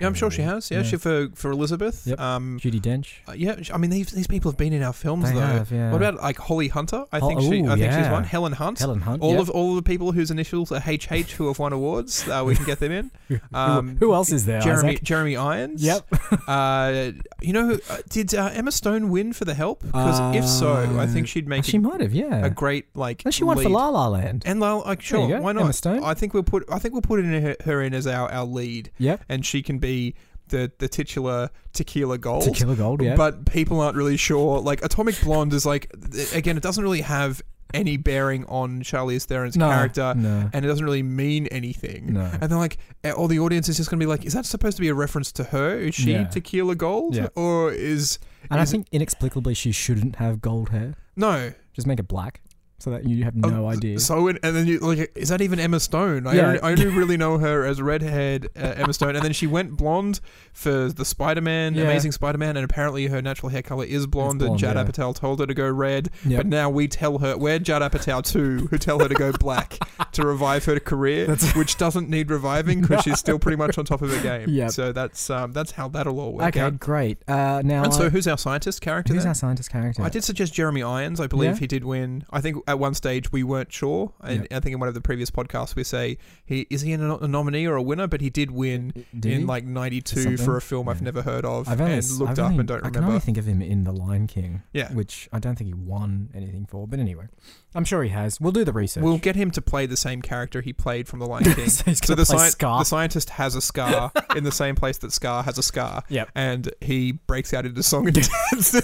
[SPEAKER 1] Yeah, I'm sure she has. Yeah,
[SPEAKER 2] Yeah.
[SPEAKER 1] she for for Elizabeth.
[SPEAKER 2] Yep.
[SPEAKER 1] Um
[SPEAKER 2] Judy Dench.
[SPEAKER 1] uh, yeah, I mean these these people have been in our films
[SPEAKER 2] They
[SPEAKER 1] though.
[SPEAKER 2] have, yeah.
[SPEAKER 1] What about like Holly Hunter? I
[SPEAKER 2] Hol-
[SPEAKER 1] think she. I
[SPEAKER 2] ooh,
[SPEAKER 1] think she's
[SPEAKER 2] yeah.
[SPEAKER 1] won. Helen Hunt.
[SPEAKER 2] Helen Hunt?
[SPEAKER 1] All
[SPEAKER 2] Yep.
[SPEAKER 1] of all of the people whose initials are HH who have won awards. Uh, we can get them in. Um,
[SPEAKER 2] who else is there?
[SPEAKER 1] Jeremy
[SPEAKER 2] Isaac?
[SPEAKER 1] Jeremy Irons.
[SPEAKER 2] Yep.
[SPEAKER 1] Uh, you know, who- uh, did uh, Emma Stone win for The Help? Because if so, I think she'd make
[SPEAKER 2] Uh, she
[SPEAKER 1] a,
[SPEAKER 2] might have. Yeah.
[SPEAKER 1] a great like.
[SPEAKER 2] and she won for
[SPEAKER 1] lead.
[SPEAKER 2] La La Land.
[SPEAKER 1] And Lyle, like,
[SPEAKER 2] There you
[SPEAKER 1] sure,
[SPEAKER 2] go,
[SPEAKER 1] why not?
[SPEAKER 2] Emma Stone.
[SPEAKER 1] I think we'll put. I think we'll put in her, her in as our our lead,
[SPEAKER 2] Yep.
[SPEAKER 1] and she can be the the titular tequila gold.
[SPEAKER 2] To Kill a Gold. Yeah.
[SPEAKER 1] But people aren't really sure. Like Atomic Blonde is like th- again, it doesn't really have any bearing on Charlize Theron's
[SPEAKER 2] no,
[SPEAKER 1] character,
[SPEAKER 2] No.
[SPEAKER 1] and it doesn't really mean anything.
[SPEAKER 2] No.
[SPEAKER 1] And they're like, eh, all the audience is just going to be like, is that supposed to be a reference to her? Is she
[SPEAKER 2] Yeah.
[SPEAKER 1] Tequila Gold,
[SPEAKER 2] Yeah.
[SPEAKER 1] or is
[SPEAKER 2] And I
[SPEAKER 1] is-
[SPEAKER 2] think inexplicably she shouldn't have gold hair.
[SPEAKER 1] no?
[SPEAKER 2] Just make it black so that you have no idea.
[SPEAKER 1] Oh, So and, and then you like, is that even Emma Stone? I,
[SPEAKER 2] Yeah.
[SPEAKER 1] only, I only really know her as redhead uh, Emma Stone, and then she went blonde for the Spider Man,
[SPEAKER 2] Yeah.
[SPEAKER 1] Amazing Spider Man, and apparently her natural hair color is blonde,
[SPEAKER 2] blonde,
[SPEAKER 1] and Jada
[SPEAKER 2] yeah.
[SPEAKER 1] Patel told her to go red.
[SPEAKER 2] Yep.
[SPEAKER 1] But now we tell her we're Jada Patel too, who tell her to go black to revive her career, which doesn't need reviving because she's still pretty much on top of her game.
[SPEAKER 2] Yep.
[SPEAKER 1] So that's um, that's how that'll all work
[SPEAKER 2] Okay,
[SPEAKER 1] out.
[SPEAKER 2] great. Uh, now,
[SPEAKER 1] And
[SPEAKER 2] I-
[SPEAKER 1] so, who's our scientist character?
[SPEAKER 2] who's
[SPEAKER 1] then?
[SPEAKER 2] our scientist character?
[SPEAKER 1] I did suggest Jeremy Irons. I believe
[SPEAKER 2] Yeah.
[SPEAKER 1] he did win. I think at one stage we weren't sure. And I think in one of the previous podcasts we say he is he a, no- a nominee or a winner, but he did win
[SPEAKER 2] Did
[SPEAKER 1] in
[SPEAKER 2] he?
[SPEAKER 1] like '92
[SPEAKER 2] Something?
[SPEAKER 1] for a film I've
[SPEAKER 2] Yeah.
[SPEAKER 1] never heard of
[SPEAKER 2] I've only
[SPEAKER 1] and
[SPEAKER 2] s-
[SPEAKER 1] looked
[SPEAKER 2] I've
[SPEAKER 1] up
[SPEAKER 2] only-
[SPEAKER 1] and don't
[SPEAKER 2] I can only
[SPEAKER 1] remember.
[SPEAKER 2] think of him in The Lion King,
[SPEAKER 1] Yeah,
[SPEAKER 2] which I don't think he won anything for, but anyway, I'm sure he has. We'll do the research.
[SPEAKER 1] we'll get him to play the same character he played from The Lion King.
[SPEAKER 2] so he's
[SPEAKER 1] so
[SPEAKER 2] gonna
[SPEAKER 1] the,
[SPEAKER 2] play
[SPEAKER 1] sci-
[SPEAKER 2] Scar.
[SPEAKER 1] the scientist has a scar in the same place that Scar has a scar.
[SPEAKER 2] Yep.
[SPEAKER 1] And he breaks out into song and dance.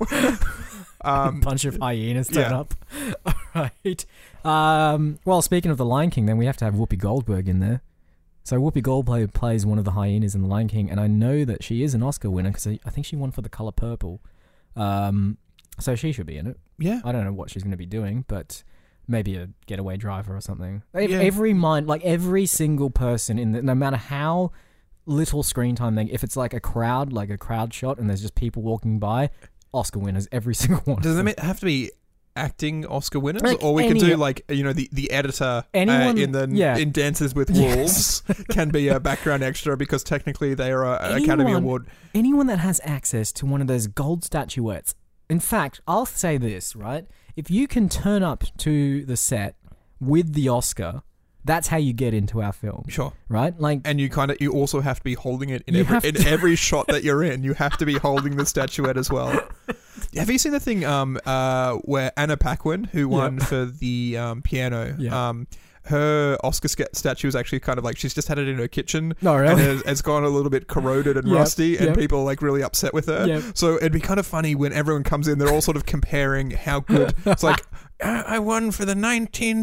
[SPEAKER 2] A
[SPEAKER 1] um,
[SPEAKER 2] bunch of hyenas turn
[SPEAKER 1] yeah.
[SPEAKER 2] up. All right. Um, well, speaking of the Lion King, then we have to have Whoopi Goldberg in there. So Whoopi Goldberg plays one of the hyenas in the Lion King, and I know that she is an Oscar winner because I I think she won for The Color Purple. Um, so she should be in it.
[SPEAKER 1] yeah.
[SPEAKER 2] I don't know what she's going to be doing, but maybe a getaway driver or something. Ev-
[SPEAKER 1] Yeah.
[SPEAKER 2] Every mind, like every single person in the, no matter how little screen time they, if it's like a crowd, like a crowd shot, and there's just people walking by, Oscar winners, every single one. of
[SPEAKER 1] Does
[SPEAKER 2] them.
[SPEAKER 1] it have to be acting Oscar winners,
[SPEAKER 2] Like
[SPEAKER 1] or we can
[SPEAKER 2] any-
[SPEAKER 1] do like you know the the editor
[SPEAKER 2] Anyone-
[SPEAKER 1] uh, in the
[SPEAKER 2] yeah.
[SPEAKER 1] in Dances with Wolves
[SPEAKER 2] Yes.
[SPEAKER 1] can be a background extra because technically they are a, an Academy
[SPEAKER 2] Anyone-
[SPEAKER 1] Award.
[SPEAKER 2] anyone that has access to one of those gold statuettes. In fact, I'll say this, right? If you can turn up to the set with the Oscar, that's how you get into our film,
[SPEAKER 1] Sure,
[SPEAKER 2] right? Like
[SPEAKER 1] and you kind of you also have to be holding it in
[SPEAKER 2] You have
[SPEAKER 1] every in
[SPEAKER 2] to-
[SPEAKER 1] every shot that you're in. You have to be holding the statuette as well. Have you seen the thing um uh where Anna Paquin, who won for the um piano,
[SPEAKER 2] Yeah.
[SPEAKER 1] um her Oscar sca- statue is actually kind of like she's just had it in her kitchen
[SPEAKER 2] no,
[SPEAKER 1] and
[SPEAKER 2] really.
[SPEAKER 1] has, has gone a little bit corroded and
[SPEAKER 2] Yep,
[SPEAKER 1] rusty, and
[SPEAKER 2] yep.
[SPEAKER 1] people are like really upset with her.
[SPEAKER 2] Yep.
[SPEAKER 1] So it'd be kind of funny when everyone comes in, they're all sort of comparing how good. It's like "Uh, I won for the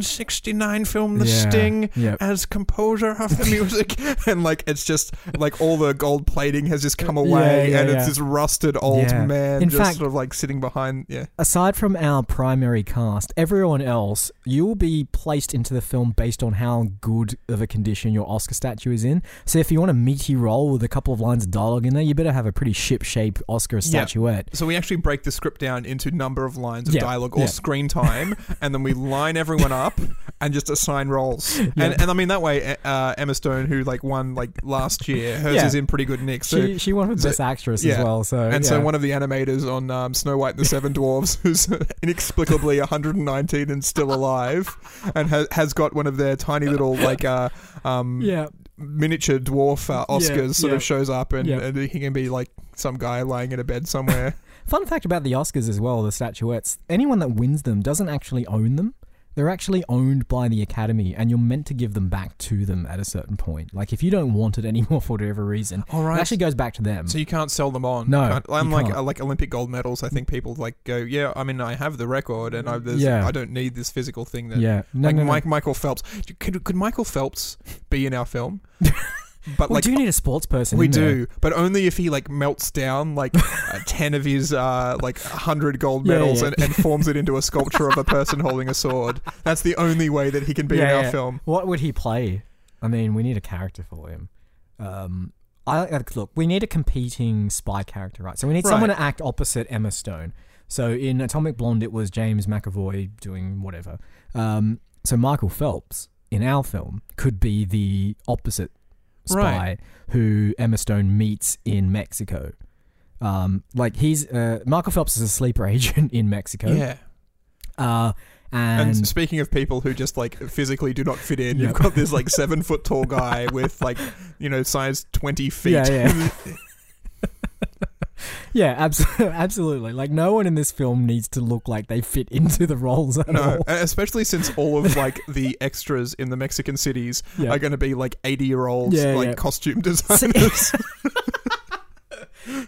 [SPEAKER 1] 1969 film The
[SPEAKER 2] Yeah,
[SPEAKER 1] Sting.
[SPEAKER 2] Yep.
[SPEAKER 1] As composer of the music, and like it's just like all the gold plating has just come
[SPEAKER 2] Yeah,
[SPEAKER 1] away,
[SPEAKER 2] yeah,
[SPEAKER 1] and
[SPEAKER 2] yeah.
[SPEAKER 1] it's this rusted old
[SPEAKER 2] Yeah.
[SPEAKER 1] man
[SPEAKER 2] In
[SPEAKER 1] just
[SPEAKER 2] fact-
[SPEAKER 1] sort of like sitting behind. Yeah,
[SPEAKER 2] aside from our primary cast, everyone else, you will be placed into the film based on how good of a condition your Oscar statue is in. So if you want a meaty role with a couple of lines of dialogue in there, you better have a pretty ship-shaped Oscar statuette.
[SPEAKER 1] so we actually break the script down into number of lines of
[SPEAKER 2] Yeah,
[SPEAKER 1] dialogue or
[SPEAKER 2] yeah.
[SPEAKER 1] screen time, and then we line everyone up and just assign roles.
[SPEAKER 2] Yeah.
[SPEAKER 1] And, and I mean that way, uh, Emma Stone, who like won like last year, hers
[SPEAKER 2] Yeah.
[SPEAKER 1] is in pretty good nick. So
[SPEAKER 2] she, she won for
[SPEAKER 1] so-
[SPEAKER 2] Best Actress
[SPEAKER 1] yeah.
[SPEAKER 2] as well. So
[SPEAKER 1] and so
[SPEAKER 2] yeah.
[SPEAKER 1] one of the animators on um, Snow White and the Seven Dwarfs, who's inexplicably 119 and still alive, and ha- has got one of their tiny little like uh, um,
[SPEAKER 2] yeah,
[SPEAKER 1] miniature dwarf uh,
[SPEAKER 2] Yeah,
[SPEAKER 1] Oscars sort
[SPEAKER 2] yeah.
[SPEAKER 1] of shows up, and,
[SPEAKER 2] Yeah.
[SPEAKER 1] and he can be like some guy lying in a bed somewhere.
[SPEAKER 2] Fun fact about the Oscars as well, the statuettes. Anyone that wins them doesn't actually own them. They're actually owned by the Academy, and you're meant to give them back to them at a certain point. Like if you don't want it anymore for whatever reason,
[SPEAKER 1] All right.
[SPEAKER 2] it actually goes back to them.
[SPEAKER 1] So you can't sell them on.
[SPEAKER 2] No,
[SPEAKER 1] Can't-
[SPEAKER 2] you
[SPEAKER 1] unlike
[SPEAKER 2] can't.
[SPEAKER 1] uh, like Olympic gold medals, I think people like go, yeah. I mean, I have the record, and I there's,
[SPEAKER 2] Yeah.
[SPEAKER 1] I don't need this physical thing that.
[SPEAKER 2] yeah, no,
[SPEAKER 1] like
[SPEAKER 2] no, no.
[SPEAKER 1] Mike Michael Phelps. Could could Michael Phelps be in our film? But
[SPEAKER 2] we
[SPEAKER 1] like
[SPEAKER 2] do need a sports person.
[SPEAKER 1] we
[SPEAKER 2] in there.
[SPEAKER 1] do, but only if he like melts down like uh, ten of his uh, like hundred gold
[SPEAKER 2] Yeah, yeah,
[SPEAKER 1] medals
[SPEAKER 2] yeah.
[SPEAKER 1] And, and forms it into a sculpture of a person holding a sword. That's the only way that he can be in
[SPEAKER 2] Yeah,
[SPEAKER 1] our
[SPEAKER 2] yeah.
[SPEAKER 1] film.
[SPEAKER 2] What would he play? I mean, we need a character for him. Um, I like- look. We need a competing spy character, right? So we need someone
[SPEAKER 1] Right.
[SPEAKER 2] to act opposite Emma Stone. So in Atomic Blonde, it was James McAvoy doing whatever. Um, so Michael Phelps in our film could be the opposite spy
[SPEAKER 1] Right.
[SPEAKER 2] who Emma Stone meets in Mexico. Um, like he's uh, Michael Phelps is a sleeper agent in Mexico.
[SPEAKER 1] Yeah.
[SPEAKER 2] Uh,
[SPEAKER 1] And,
[SPEAKER 2] and
[SPEAKER 1] speaking of people who just like physically do not fit in, you've
[SPEAKER 2] Yeah.
[SPEAKER 1] got this like seven foot tall guy with like you know size twenty feet.
[SPEAKER 2] Yeah, yeah. Yeah, absolutely, absolutely. Like no one in this film needs to look like they fit into the roles at
[SPEAKER 1] No,
[SPEAKER 2] all.
[SPEAKER 1] and especially since all of like the extras in the Mexican cities
[SPEAKER 2] Yeah.
[SPEAKER 1] are going to be like eighty-year-olds,
[SPEAKER 2] Yeah,
[SPEAKER 1] like
[SPEAKER 2] yeah.
[SPEAKER 1] costume
[SPEAKER 2] So-
[SPEAKER 1] designers.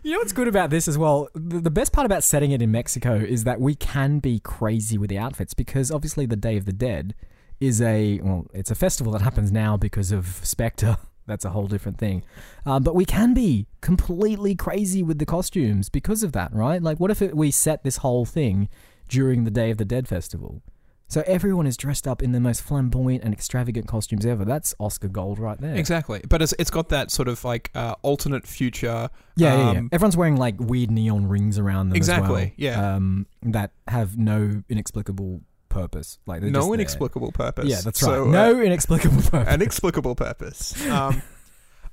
[SPEAKER 2] you know what's good about this as well? The, the best part about setting it in Mexico is that we can be crazy with the outfits because obviously the Day of the Dead is a well, it's a festival that happens now because of Spectre. That's a whole different thing. Um, but we can be completely crazy with the costumes because of that, right? Like, what if it, we set this whole thing during the Day of the Dead festival? So everyone is dressed up in the most flamboyant and extravagant costumes ever. That's Oscar gold right there.
[SPEAKER 1] Exactly, but it's it's got that sort of like uh, alternate future.
[SPEAKER 2] Yeah, yeah, yeah.
[SPEAKER 1] um,
[SPEAKER 2] Everyone's wearing like weird neon rings around them. as well,
[SPEAKER 1] Exactly, yeah.
[SPEAKER 2] Um, that have no inexplicable purpose. Like they're just
[SPEAKER 1] no
[SPEAKER 2] there.
[SPEAKER 1] inexplicable purpose.
[SPEAKER 2] Yeah, that's right.
[SPEAKER 1] So, uh,
[SPEAKER 2] no inexplicable purpose.
[SPEAKER 1] an explicable purpose. Um,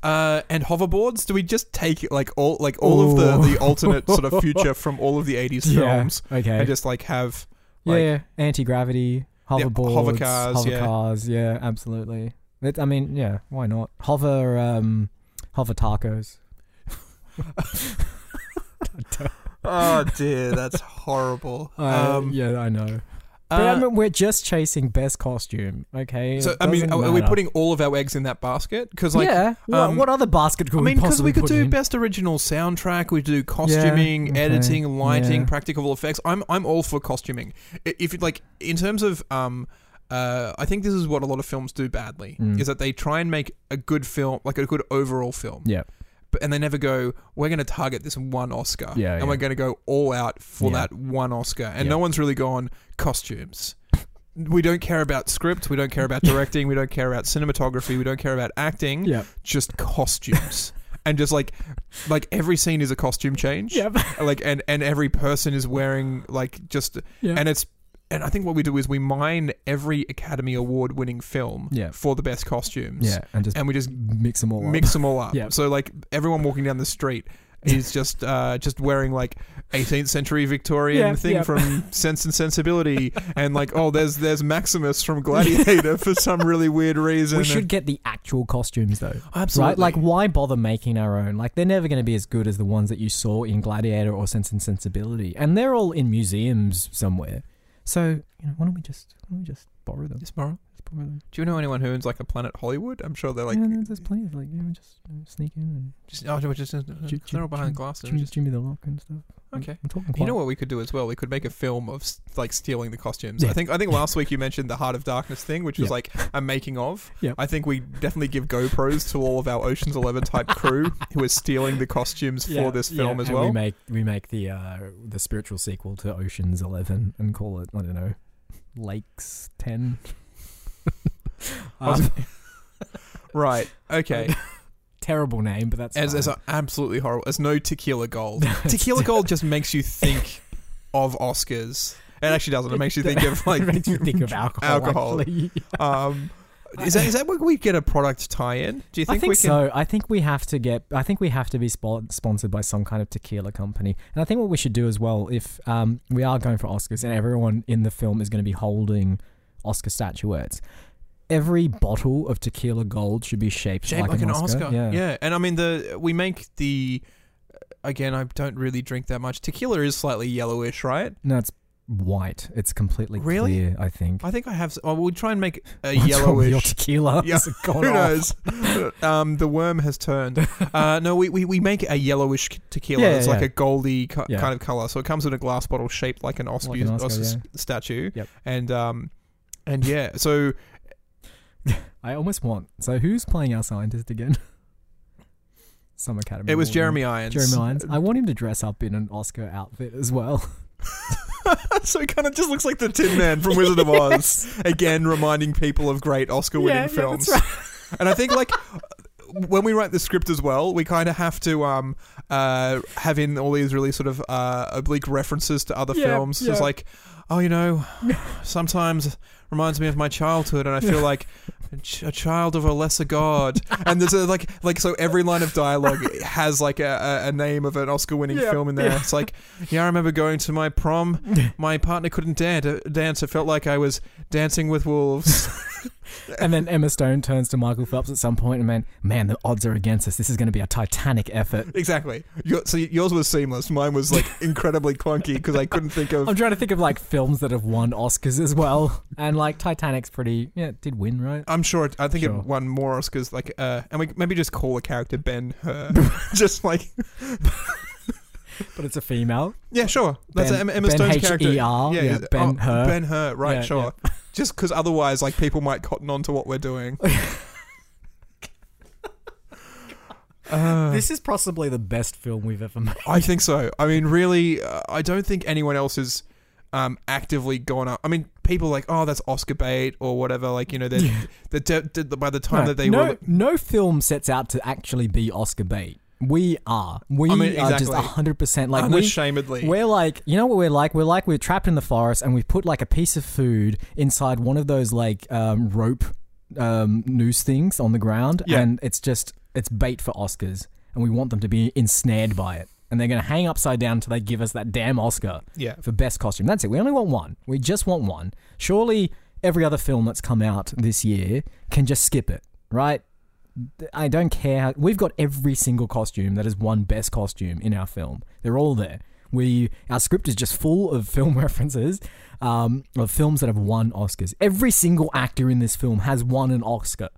[SPEAKER 1] uh, and hoverboards. Do we just take like all like all of the
[SPEAKER 2] Ooh.
[SPEAKER 1] the alternate sort of future from all of the eighties
[SPEAKER 2] Yeah.
[SPEAKER 1] films
[SPEAKER 2] Okay.
[SPEAKER 1] and just like have Like,
[SPEAKER 2] yeah, anti gravity, hoverboards,
[SPEAKER 1] hover cars,
[SPEAKER 2] hover
[SPEAKER 1] yeah.
[SPEAKER 2] cars, yeah, absolutely. It, I mean, yeah, why not? Hover, um, hover tacos.
[SPEAKER 1] Oh dear, that's horrible.
[SPEAKER 2] Uh,
[SPEAKER 1] um,
[SPEAKER 2] yeah, I know. But I
[SPEAKER 1] uh,
[SPEAKER 2] mean, we're just chasing best costume, okay?
[SPEAKER 1] so
[SPEAKER 2] It
[SPEAKER 1] I mean,
[SPEAKER 2] doesn't
[SPEAKER 1] are, are we
[SPEAKER 2] matter.
[SPEAKER 1] putting all of our eggs in that basket? Because like,
[SPEAKER 2] yeah.
[SPEAKER 1] um,
[SPEAKER 2] what, what other basket
[SPEAKER 1] I
[SPEAKER 2] could
[SPEAKER 1] mean,
[SPEAKER 2] we
[SPEAKER 1] because
[SPEAKER 2] possibly
[SPEAKER 1] we could
[SPEAKER 2] put
[SPEAKER 1] do
[SPEAKER 2] in?
[SPEAKER 1] best original soundtrack, we do costuming,
[SPEAKER 2] okay,
[SPEAKER 1] editing, lighting,
[SPEAKER 2] yeah.
[SPEAKER 1] practical effects. I'm I'm all for costuming. I- If you like, in terms of um, uh, I think this is what a lot of films do badly
[SPEAKER 2] Mm.
[SPEAKER 1] is that they try and make a good film, like a good overall film.
[SPEAKER 2] Yeah.
[SPEAKER 1] But, and they never go. We're going to target this one Oscar,
[SPEAKER 2] Yeah,
[SPEAKER 1] and
[SPEAKER 2] yeah.
[SPEAKER 1] we're going to go all out for
[SPEAKER 2] Yeah.
[SPEAKER 1] that one Oscar. And
[SPEAKER 2] Yeah.
[SPEAKER 1] no one's really gone costumes. We don't care about script. We don't care about directing. we don't care about cinematography. We don't care about acting
[SPEAKER 2] Yep.
[SPEAKER 1] just costumes and just like like every scene is a costume change
[SPEAKER 2] Yep.
[SPEAKER 1] like and and every person is wearing like just
[SPEAKER 2] Yeah.
[SPEAKER 1] and it's and i think what we do is we mine every academy award winning film
[SPEAKER 2] Yeah.
[SPEAKER 1] for the best costumes
[SPEAKER 2] yeah, and just
[SPEAKER 1] and we just
[SPEAKER 2] mix them all up.
[SPEAKER 1] mix them all up
[SPEAKER 2] Yeah.
[SPEAKER 1] so like everyone walking down the street is just uh, just wearing like 18th century Victorian
[SPEAKER 2] Yeah,
[SPEAKER 1] thing
[SPEAKER 2] yeah.
[SPEAKER 1] from Sense and Sensibility, and like oh there's there's Maximus from Gladiator for some really weird reason.
[SPEAKER 2] We should get the actual costumes though.
[SPEAKER 1] absolutely
[SPEAKER 2] Right? Like, why bother making our own? Like, they're never going to be as good as the ones that you saw in Gladiator or Sense and Sensibility, and they're all in museums somewhere. So, you know, why don't we just why don't we just borrow them?
[SPEAKER 1] Yes, Mara?
[SPEAKER 2] Just borrow them.
[SPEAKER 1] Do you know anyone who owns like the Planet Hollywood? I'm sure they're like
[SPEAKER 2] Like, yeah, there- there's plenty of like, you know, just you know, sneak in
[SPEAKER 1] just oh, just, just,
[SPEAKER 2] Ju-
[SPEAKER 1] they're all
[SPEAKER 2] ju-
[SPEAKER 1] behind
[SPEAKER 2] ju-
[SPEAKER 1] glass.
[SPEAKER 2] and
[SPEAKER 1] and
[SPEAKER 2] Jimmy,
[SPEAKER 1] just-
[SPEAKER 2] Jimmy the Lock and stuff. I'm-
[SPEAKER 1] Okay.
[SPEAKER 2] I'm talking
[SPEAKER 1] You know what we could do as well? We could make a film of s- like stealing the costumes.
[SPEAKER 2] Yeah.
[SPEAKER 1] I think I think last week you mentioned the Heart of Darkness thing, which was
[SPEAKER 2] Yeah.
[SPEAKER 1] like a making of.
[SPEAKER 2] Yeah.
[SPEAKER 1] I think we definitely give GoPros to all of our Ocean's Eleven type crew who are stealing the costumes for this film as
[SPEAKER 2] We
[SPEAKER 1] well.
[SPEAKER 2] make we make the uh, the spiritual sequel to Ocean's Eleven and call it I don't know, Lakes Ten. Um,
[SPEAKER 1] I was- Right. Okay.
[SPEAKER 2] terrible name, but that's
[SPEAKER 1] As as
[SPEAKER 2] fine.
[SPEAKER 1] a- absolutely horrible. As no tequila gold. tequila gold just makes you think of Oscars. It actually doesn't. It makes you think of like
[SPEAKER 2] It makes you think of alcohol.
[SPEAKER 1] alcohol.
[SPEAKER 2] actually.
[SPEAKER 1] Um, is that is that where we get a product tie-in? Do you
[SPEAKER 2] I
[SPEAKER 1] think,
[SPEAKER 2] think
[SPEAKER 1] we can?
[SPEAKER 2] so. I think we have to get. I think we have to be spo- sponsored by some kind of tequila company. And I think what we should do as well, if um, we are going for Oscars, and everyone in the film is going to be holding Oscar statuettes. Every bottle of tequila gold should be shaped,
[SPEAKER 1] Shaped
[SPEAKER 2] like, an, Oscar.
[SPEAKER 1] Yeah. and I mean the we make the again. I don't really drink that much. Tequila is slightly yellowish, right?
[SPEAKER 2] No, it's white. It's completely
[SPEAKER 1] Really?
[SPEAKER 2] clear. I think.
[SPEAKER 1] I think I have. s- Oh, we'll try and make a
[SPEAKER 2] What's wrong with your
[SPEAKER 1] yellowish.
[SPEAKER 2] tequila.
[SPEAKER 1] Yeah.
[SPEAKER 2] It's gone
[SPEAKER 1] Who
[SPEAKER 2] off.
[SPEAKER 1] knows? um, the worm has turned. Uh, no, we, we, we make a yellowish c- tequila.
[SPEAKER 2] Yeah,
[SPEAKER 1] it's
[SPEAKER 2] yeah,
[SPEAKER 1] like
[SPEAKER 2] yeah.
[SPEAKER 1] a goldy co-
[SPEAKER 2] Yeah.
[SPEAKER 1] kind of color. So it comes in a glass bottle shaped like an Oscar,
[SPEAKER 2] Like an Oscar,
[SPEAKER 1] Oscar s-
[SPEAKER 2] yeah.
[SPEAKER 1] statue.
[SPEAKER 2] Yep.
[SPEAKER 1] And um, and yeah. So
[SPEAKER 2] I almost want. So who's playing our scientist again? Some Academy.
[SPEAKER 1] it was
[SPEAKER 2] Award
[SPEAKER 1] Jeremy Irons.
[SPEAKER 2] Jeremy Irons. I want him to dress up in an Oscar outfit as well.
[SPEAKER 1] so he kind of just looks like the Tin Man from Wizard of Oz. Again, reminding people of great Oscar-winning
[SPEAKER 2] Yeah, yeah,
[SPEAKER 1] films.
[SPEAKER 2] that's right.
[SPEAKER 1] And I think like when we write the script as well, we kind of have to um uh have in all these really sort of uh oblique references to other
[SPEAKER 2] Yeah,
[SPEAKER 1] films. It's
[SPEAKER 2] yeah.
[SPEAKER 1] like, oh, you know, sometimes it reminds me of my childhood, and I feel like. a ch- A child of a lesser god, and there's a, like like so every line of dialogue has like a, a, a name of an Oscar-winning
[SPEAKER 2] Yeah,
[SPEAKER 1] film in there.
[SPEAKER 2] yeah.
[SPEAKER 1] It's like, yeah, I remember going to my prom. My partner couldn't dan- dance. It felt like I was dancing with wolves.
[SPEAKER 2] and then Emma Stone turns to Michael Phelps at some point and man, man, the odds are against us. This is going to be a titanic effort.
[SPEAKER 1] Exactly. Your, so yours was seamless. Mine was like incredibly clunky because I couldn't think of.
[SPEAKER 2] I'm trying to think of like films that have won Oscars as well, and like Titanic's pretty. Yeah, it did win, right?
[SPEAKER 1] I'm sure. It, I think
[SPEAKER 2] Sure.
[SPEAKER 1] it won more Oscars. Like, uh, and we maybe just call a character Ben Hur. just like,
[SPEAKER 2] But it's a female.
[SPEAKER 1] yeah, sure. That's
[SPEAKER 2] Ben-
[SPEAKER 1] Emma, Emma
[SPEAKER 2] Ben
[SPEAKER 1] Stone's
[SPEAKER 2] H.E.R.,
[SPEAKER 1] character. Oh,
[SPEAKER 2] yeah, Ben Hur.
[SPEAKER 1] Ben Hur. Right.
[SPEAKER 2] Yeah,
[SPEAKER 1] sure. Just because otherwise, like, people might cotton on to what we're doing. Uh,
[SPEAKER 2] This is possibly the best film we've ever made.
[SPEAKER 1] I think so. I mean, really, uh, I don't think anyone else has um, actively gone up. I mean, people are like, oh, that's Oscar bait or whatever. Like, you know, they're, they're de- de- by the time that they
[SPEAKER 2] no,
[SPEAKER 1] were.
[SPEAKER 2] no film sets out to actually be Oscar bait. We are. We
[SPEAKER 1] I mean,
[SPEAKER 2] are just
[SPEAKER 1] exactly.
[SPEAKER 2] 100% like we,
[SPEAKER 1] unashamedly.
[SPEAKER 2] We're like, you know what we're like? We're like we're trapped in the forest, and we put like a piece of food inside one of those like um, rope um, noose things on the ground,
[SPEAKER 1] Yeah.
[SPEAKER 2] and it's just it's bait for Oscars, and we want them to be ensnared by it. and they're going to hang upside down until they give us that damn Oscar
[SPEAKER 1] Yeah.
[SPEAKER 2] for best costume. That's it. We only want one. We just want one. Surely every other film that's come out this year can just skip it, right? I don't care. how- We've got every single costume that has won best costume in our film. They're all there. We our script is just full of film references, um, of films that have won Oscars. Every single actor in this film has won an Oscar.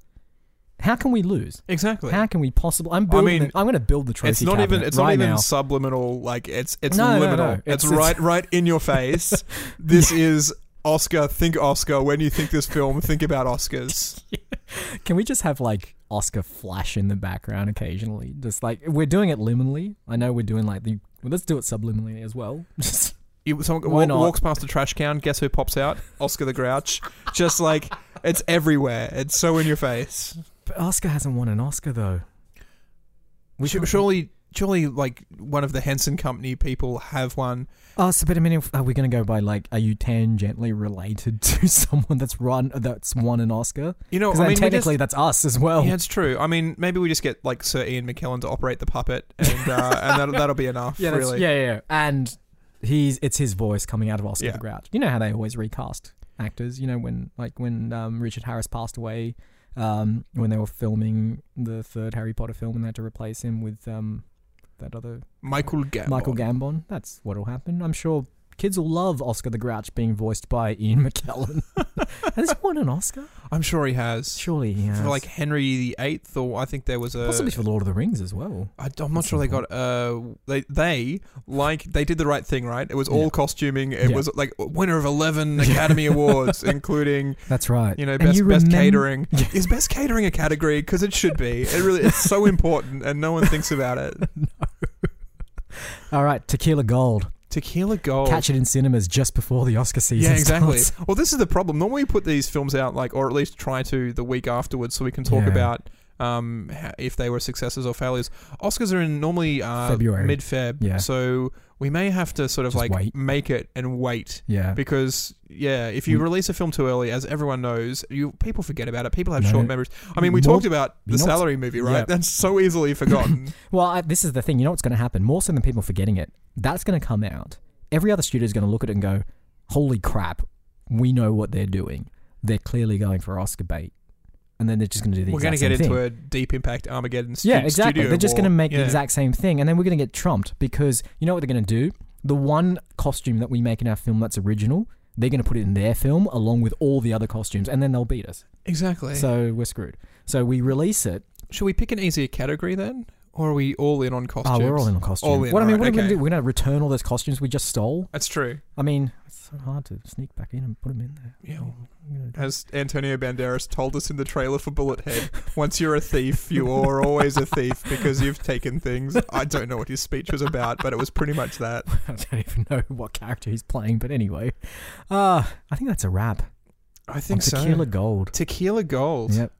[SPEAKER 2] How can we lose?
[SPEAKER 1] Exactly.
[SPEAKER 2] How can we possibly? I'm building.
[SPEAKER 1] mean,
[SPEAKER 2] the- I'm going to build the trophy.
[SPEAKER 1] It's not
[SPEAKER 2] cabinet
[SPEAKER 1] even. It's
[SPEAKER 2] right
[SPEAKER 1] not even
[SPEAKER 2] now.
[SPEAKER 1] subliminal. Like it's. It's
[SPEAKER 2] No, no,
[SPEAKER 1] liminal.
[SPEAKER 2] no.
[SPEAKER 1] It's,
[SPEAKER 2] It's-
[SPEAKER 1] right. Right in your face. this is Oscar. Think Oscar. When you think this film, think about Oscars.
[SPEAKER 2] Can we just have like Oscar flash in the background occasionally? Just like we're doing it liminally. I know we're doing like the. Well, let's do it subliminally as well. Just
[SPEAKER 1] You, someone
[SPEAKER 2] Why
[SPEAKER 1] wa-
[SPEAKER 2] not?
[SPEAKER 1] walks past a trash can. Guess who pops out? Oscar the Grouch. Just like it's everywhere. It's so in your face.
[SPEAKER 2] but Oscar hasn't won an Oscar though. We
[SPEAKER 1] Su-
[SPEAKER 2] can't-
[SPEAKER 1] surely, surely, like one of the Henson Company people have one.
[SPEAKER 2] Oh, so but I mean, if, are we going to go by like? Are you tangentially related to someone that's run that's won an Oscar?
[SPEAKER 1] You know,
[SPEAKER 2] Because
[SPEAKER 1] I mean, we just-
[SPEAKER 2] technically that's us as well.
[SPEAKER 1] Yeah, it's true. I mean, maybe we just get like Sir Ian McKellen to operate the puppet, and uh, and that'll, that'll be enough.
[SPEAKER 2] Yeah, that's-
[SPEAKER 1] really.
[SPEAKER 2] yeah, yeah, yeah. And he's it's his voice coming out of Oscar
[SPEAKER 1] Yeah.
[SPEAKER 2] the Grouch. You know how they always recast actors. You know when like when um, Richard Harris passed away, um, when they were filming the third Harry Potter film, and they had to replace him with um, that other
[SPEAKER 1] Michael Gambon.
[SPEAKER 2] Michael Gambon. That's what'll happen. I'm sure kids will love Oscar the Grouch being voiced by Ian McKellen. Has he won an Oscar?
[SPEAKER 1] I'm sure he has.
[SPEAKER 2] Surely he has.
[SPEAKER 1] For like Henry the Eighth, or I think there was a.
[SPEAKER 2] Possibly for Lord of the Rings as well.
[SPEAKER 1] I, am not sure they got. Uh, they they like they did the right thing, right? It was all
[SPEAKER 2] Yeah.
[SPEAKER 1] costuming. It
[SPEAKER 2] Yeah.
[SPEAKER 1] was like winner of eleven Academy Awards, including
[SPEAKER 2] That's right.
[SPEAKER 1] you know
[SPEAKER 2] And
[SPEAKER 1] best best
[SPEAKER 2] remem-
[SPEAKER 1] catering. Is best catering a category? Because it should be. It really it's so important, and no one thinks about it.
[SPEAKER 2] All right, Tequila Gold.
[SPEAKER 1] Tequila Gold.
[SPEAKER 2] catch it in cinemas just before the Oscar season.
[SPEAKER 1] Oh. Yeah, exactly.
[SPEAKER 2] starts.
[SPEAKER 1] Well, this is the problem. Normally, we put these films out like, or at least try to the week afterwards, so we can talk
[SPEAKER 2] Yeah.
[SPEAKER 1] about um, ho- if they were successes or failures. Oscars are in normally uh,
[SPEAKER 2] February.
[SPEAKER 1] mid-Feb,
[SPEAKER 2] Yeah.
[SPEAKER 1] so we may have to sort of
[SPEAKER 2] Just
[SPEAKER 1] like
[SPEAKER 2] wait.
[SPEAKER 1] make it and wait.
[SPEAKER 2] Yeah. Mm.
[SPEAKER 1] Because yeah, if you
[SPEAKER 2] We-
[SPEAKER 1] release a film too early, as everyone knows, you people forget about it. People have
[SPEAKER 2] No.
[SPEAKER 1] short memories. I mean, we
[SPEAKER 2] More-
[SPEAKER 1] talked about
[SPEAKER 2] you
[SPEAKER 1] the
[SPEAKER 2] know what's-
[SPEAKER 1] salary movie, right?
[SPEAKER 2] Yeah.
[SPEAKER 1] That's so easily forgotten.
[SPEAKER 2] Well, I, this is the thing. You know what's going to happen? More so than people forgetting it, that's going to come out. Every other studio is going to look at it and go, "Holy crap, we know what they're doing. They're clearly going for Oscar bait." And then they're just going to do the
[SPEAKER 1] We're
[SPEAKER 2] going
[SPEAKER 1] going to get
[SPEAKER 2] to thing.
[SPEAKER 1] into a deep impact Armageddon. stu-
[SPEAKER 2] Yeah, exactly.
[SPEAKER 1] studio
[SPEAKER 2] They're just
[SPEAKER 1] war.
[SPEAKER 2] going to make the
[SPEAKER 1] Yeah.
[SPEAKER 2] exact same thing, and then we're going to get trumped because you know what they're going to do? The one costume that we make in our film that's original, they're going to put it in their film along with all the other costumes, and then they'll beat us.
[SPEAKER 1] exactly.
[SPEAKER 2] So we're screwed. So we release it.
[SPEAKER 1] Should we pick an easier category then? Or are we all in on costumes?
[SPEAKER 2] Oh, we're all in on costumes.
[SPEAKER 1] All in,
[SPEAKER 2] what I mean, what
[SPEAKER 1] alright,
[SPEAKER 2] are we going
[SPEAKER 1] okay.
[SPEAKER 2] to do? We're going to return all those costumes we just stole?
[SPEAKER 1] That's true.
[SPEAKER 2] I mean, it's so hard to sneak back in and put them in there.
[SPEAKER 1] Yeah. Uh,
[SPEAKER 2] I'm gonna-
[SPEAKER 1] As Antonio Banderas told us in the trailer for Bullethead, once you're a thief, you are always a thief because you've taken things. I don't know what his speech was about, but it was pretty much that.
[SPEAKER 2] I don't even know what character he's playing, but anyway. Uh, I think that's a wrap.
[SPEAKER 1] I
[SPEAKER 2] on
[SPEAKER 1] think so.
[SPEAKER 2] Tequila Gold.
[SPEAKER 1] Tequila Gold.
[SPEAKER 2] Yep.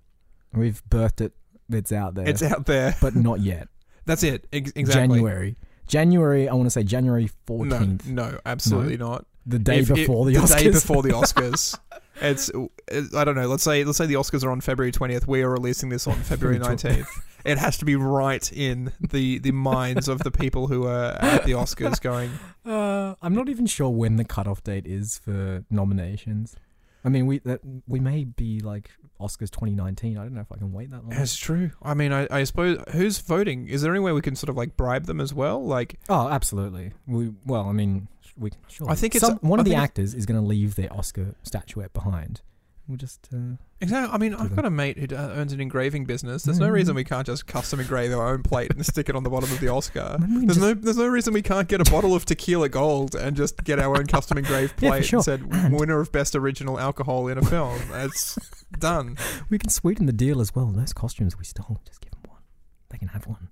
[SPEAKER 2] We've birthed it. It's out there.
[SPEAKER 1] It's out there.
[SPEAKER 2] but not yet.
[SPEAKER 1] That's it. Ex- exactly.
[SPEAKER 2] January. January, I want to say January
[SPEAKER 1] No,
[SPEAKER 2] 14th,
[SPEAKER 1] no, absolutely not.
[SPEAKER 2] the day
[SPEAKER 1] If it-
[SPEAKER 2] before the Oscars.
[SPEAKER 1] day before the Oscars. It's it- I don't know. Let's say let's say the Oscars are on February twentieth. We are releasing this on February
[SPEAKER 2] We're talking-
[SPEAKER 1] nineteenth. It has to be right in the the minds of the people who are at the Oscars going.
[SPEAKER 2] Uh, I'm not even sure when the cutoff date is for nominations. I mean, we that we may be like Oscars 2019. I don't know if I can wait that long.
[SPEAKER 1] That's true. I mean, I, I suppose who's voting? Is there any way we can sort of like bribe them as well? Like,
[SPEAKER 2] oh, absolutely. We well, I mean, sh- we can sure.
[SPEAKER 1] I think it's-
[SPEAKER 2] Some, one
[SPEAKER 1] I
[SPEAKER 2] of the
[SPEAKER 1] think it's-
[SPEAKER 2] actors is going to leave their Oscar statuette behind. We'll just uh,
[SPEAKER 1] exactly. I mean,
[SPEAKER 2] them.
[SPEAKER 1] I've got a mate who d- uh, owns an engraving business. There's no
[SPEAKER 2] Mm.
[SPEAKER 1] reason we can't just custom engrave our own plate and stick it on the bottom of Uh, the Oscar.
[SPEAKER 2] maybe we can
[SPEAKER 1] There's
[SPEAKER 2] just-
[SPEAKER 1] no there's no reason we can't get a bottle of tequila gold and just get our own custom engraved
[SPEAKER 2] Yeah, for
[SPEAKER 1] plate
[SPEAKER 2] sure.
[SPEAKER 1] and said
[SPEAKER 2] And-
[SPEAKER 1] winner of best original alcohol in a film. That's done.
[SPEAKER 2] we can sweeten the deal as well. Those costumes we stole, just give them one. They can have one,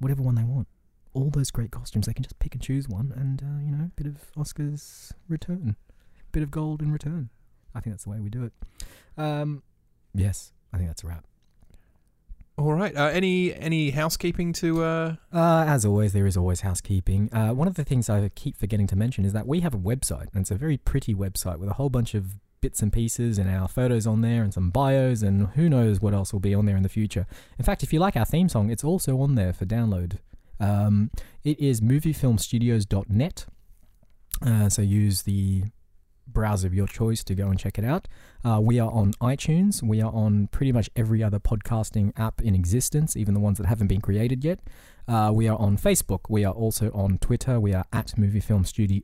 [SPEAKER 2] whatever one they want. All those great costumes, they can just pick and choose one, and uh, you know, bit of Oscars return, bit of gold in return. I think that's the way we do it. Um, yes, I think that's a wrap.
[SPEAKER 1] All right. Uh, any any housekeeping to uh
[SPEAKER 2] Uh, as always, there is always housekeeping. Uh, one of the things I keep forgetting to mention is that we have a website, and it's a very pretty website with a whole bunch of bits and pieces and our photos on there and some bios and who knows what else will be on there in the future. In fact, if you like our theme song, it's also on there for download. Um, it is moviefilmstudios.net. Uh, so use the browser of your choice to go and check it out. Uh, we are on iTunes. We are on pretty much every other podcasting app in existence, even the ones that haven't been created yet. Uh, we are on Facebook. We are also on Twitter. We are at Movie Film Studio.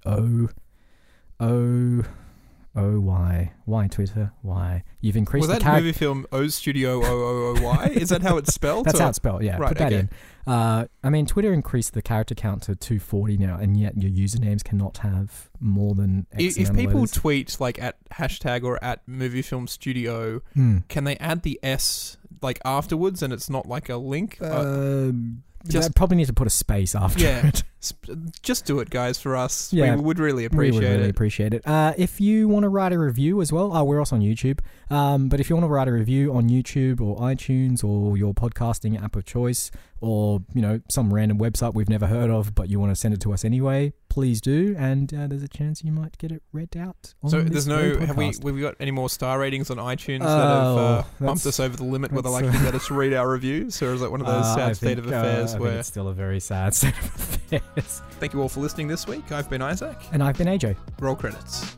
[SPEAKER 2] O O Y Y Twitter Y. You've increased
[SPEAKER 1] Was
[SPEAKER 2] the
[SPEAKER 1] that
[SPEAKER 2] character.
[SPEAKER 1] movie film O Studio O O O Y? Is that how it's spelled?
[SPEAKER 2] That's
[SPEAKER 1] or-
[SPEAKER 2] how it's spelled. Yeah,
[SPEAKER 1] Right,
[SPEAKER 2] put that
[SPEAKER 1] okay.
[SPEAKER 2] in. Uh, I mean, Twitter increased the character count to 240 now, and yet your usernames cannot have more than
[SPEAKER 1] I-
[SPEAKER 2] X
[SPEAKER 1] if
[SPEAKER 2] amount of
[SPEAKER 1] people
[SPEAKER 2] letters.
[SPEAKER 1] tweet like at hashtag or at movie film studio,
[SPEAKER 2] Hmm.
[SPEAKER 1] can they add the S like afterwards and it's not like a link? Uh,
[SPEAKER 2] Um,
[SPEAKER 1] just-
[SPEAKER 2] I probably need to put a space after
[SPEAKER 1] Yeah,
[SPEAKER 2] it.
[SPEAKER 1] sp- just do it, guys, for us.
[SPEAKER 2] Yeah.
[SPEAKER 1] we would really
[SPEAKER 2] We
[SPEAKER 1] appreciate
[SPEAKER 2] would really
[SPEAKER 1] it.
[SPEAKER 2] appreciate it. Uh, if you want to write a review as well, uh, we're also on YouTube. Um, but if you want to write a review on YouTube or iTunes or your podcasting app of choice, or you know some random website we've never heard of, but you want to send it to us anyway, please do. And uh, there's a chance you might get it read out. On
[SPEAKER 1] so
[SPEAKER 2] this
[SPEAKER 1] there's
[SPEAKER 2] very
[SPEAKER 1] no have we
[SPEAKER 2] podcast.
[SPEAKER 1] have we got any more star ratings on iTunes
[SPEAKER 2] Oh,
[SPEAKER 1] that have uh,
[SPEAKER 2] that's-
[SPEAKER 1] bumped us over the limit where they'll
[SPEAKER 2] that's, uh,
[SPEAKER 1] actually let us read our reviews, or is that one of those
[SPEAKER 2] Uh, I
[SPEAKER 1] sad state
[SPEAKER 2] think,
[SPEAKER 1] of affairs
[SPEAKER 2] uh, I think
[SPEAKER 1] where?
[SPEAKER 2] it's still a very sad state of affairs.
[SPEAKER 1] Thank you all for listening this week. I've been Isaac.
[SPEAKER 2] And I've been AJ.
[SPEAKER 1] Roll credits.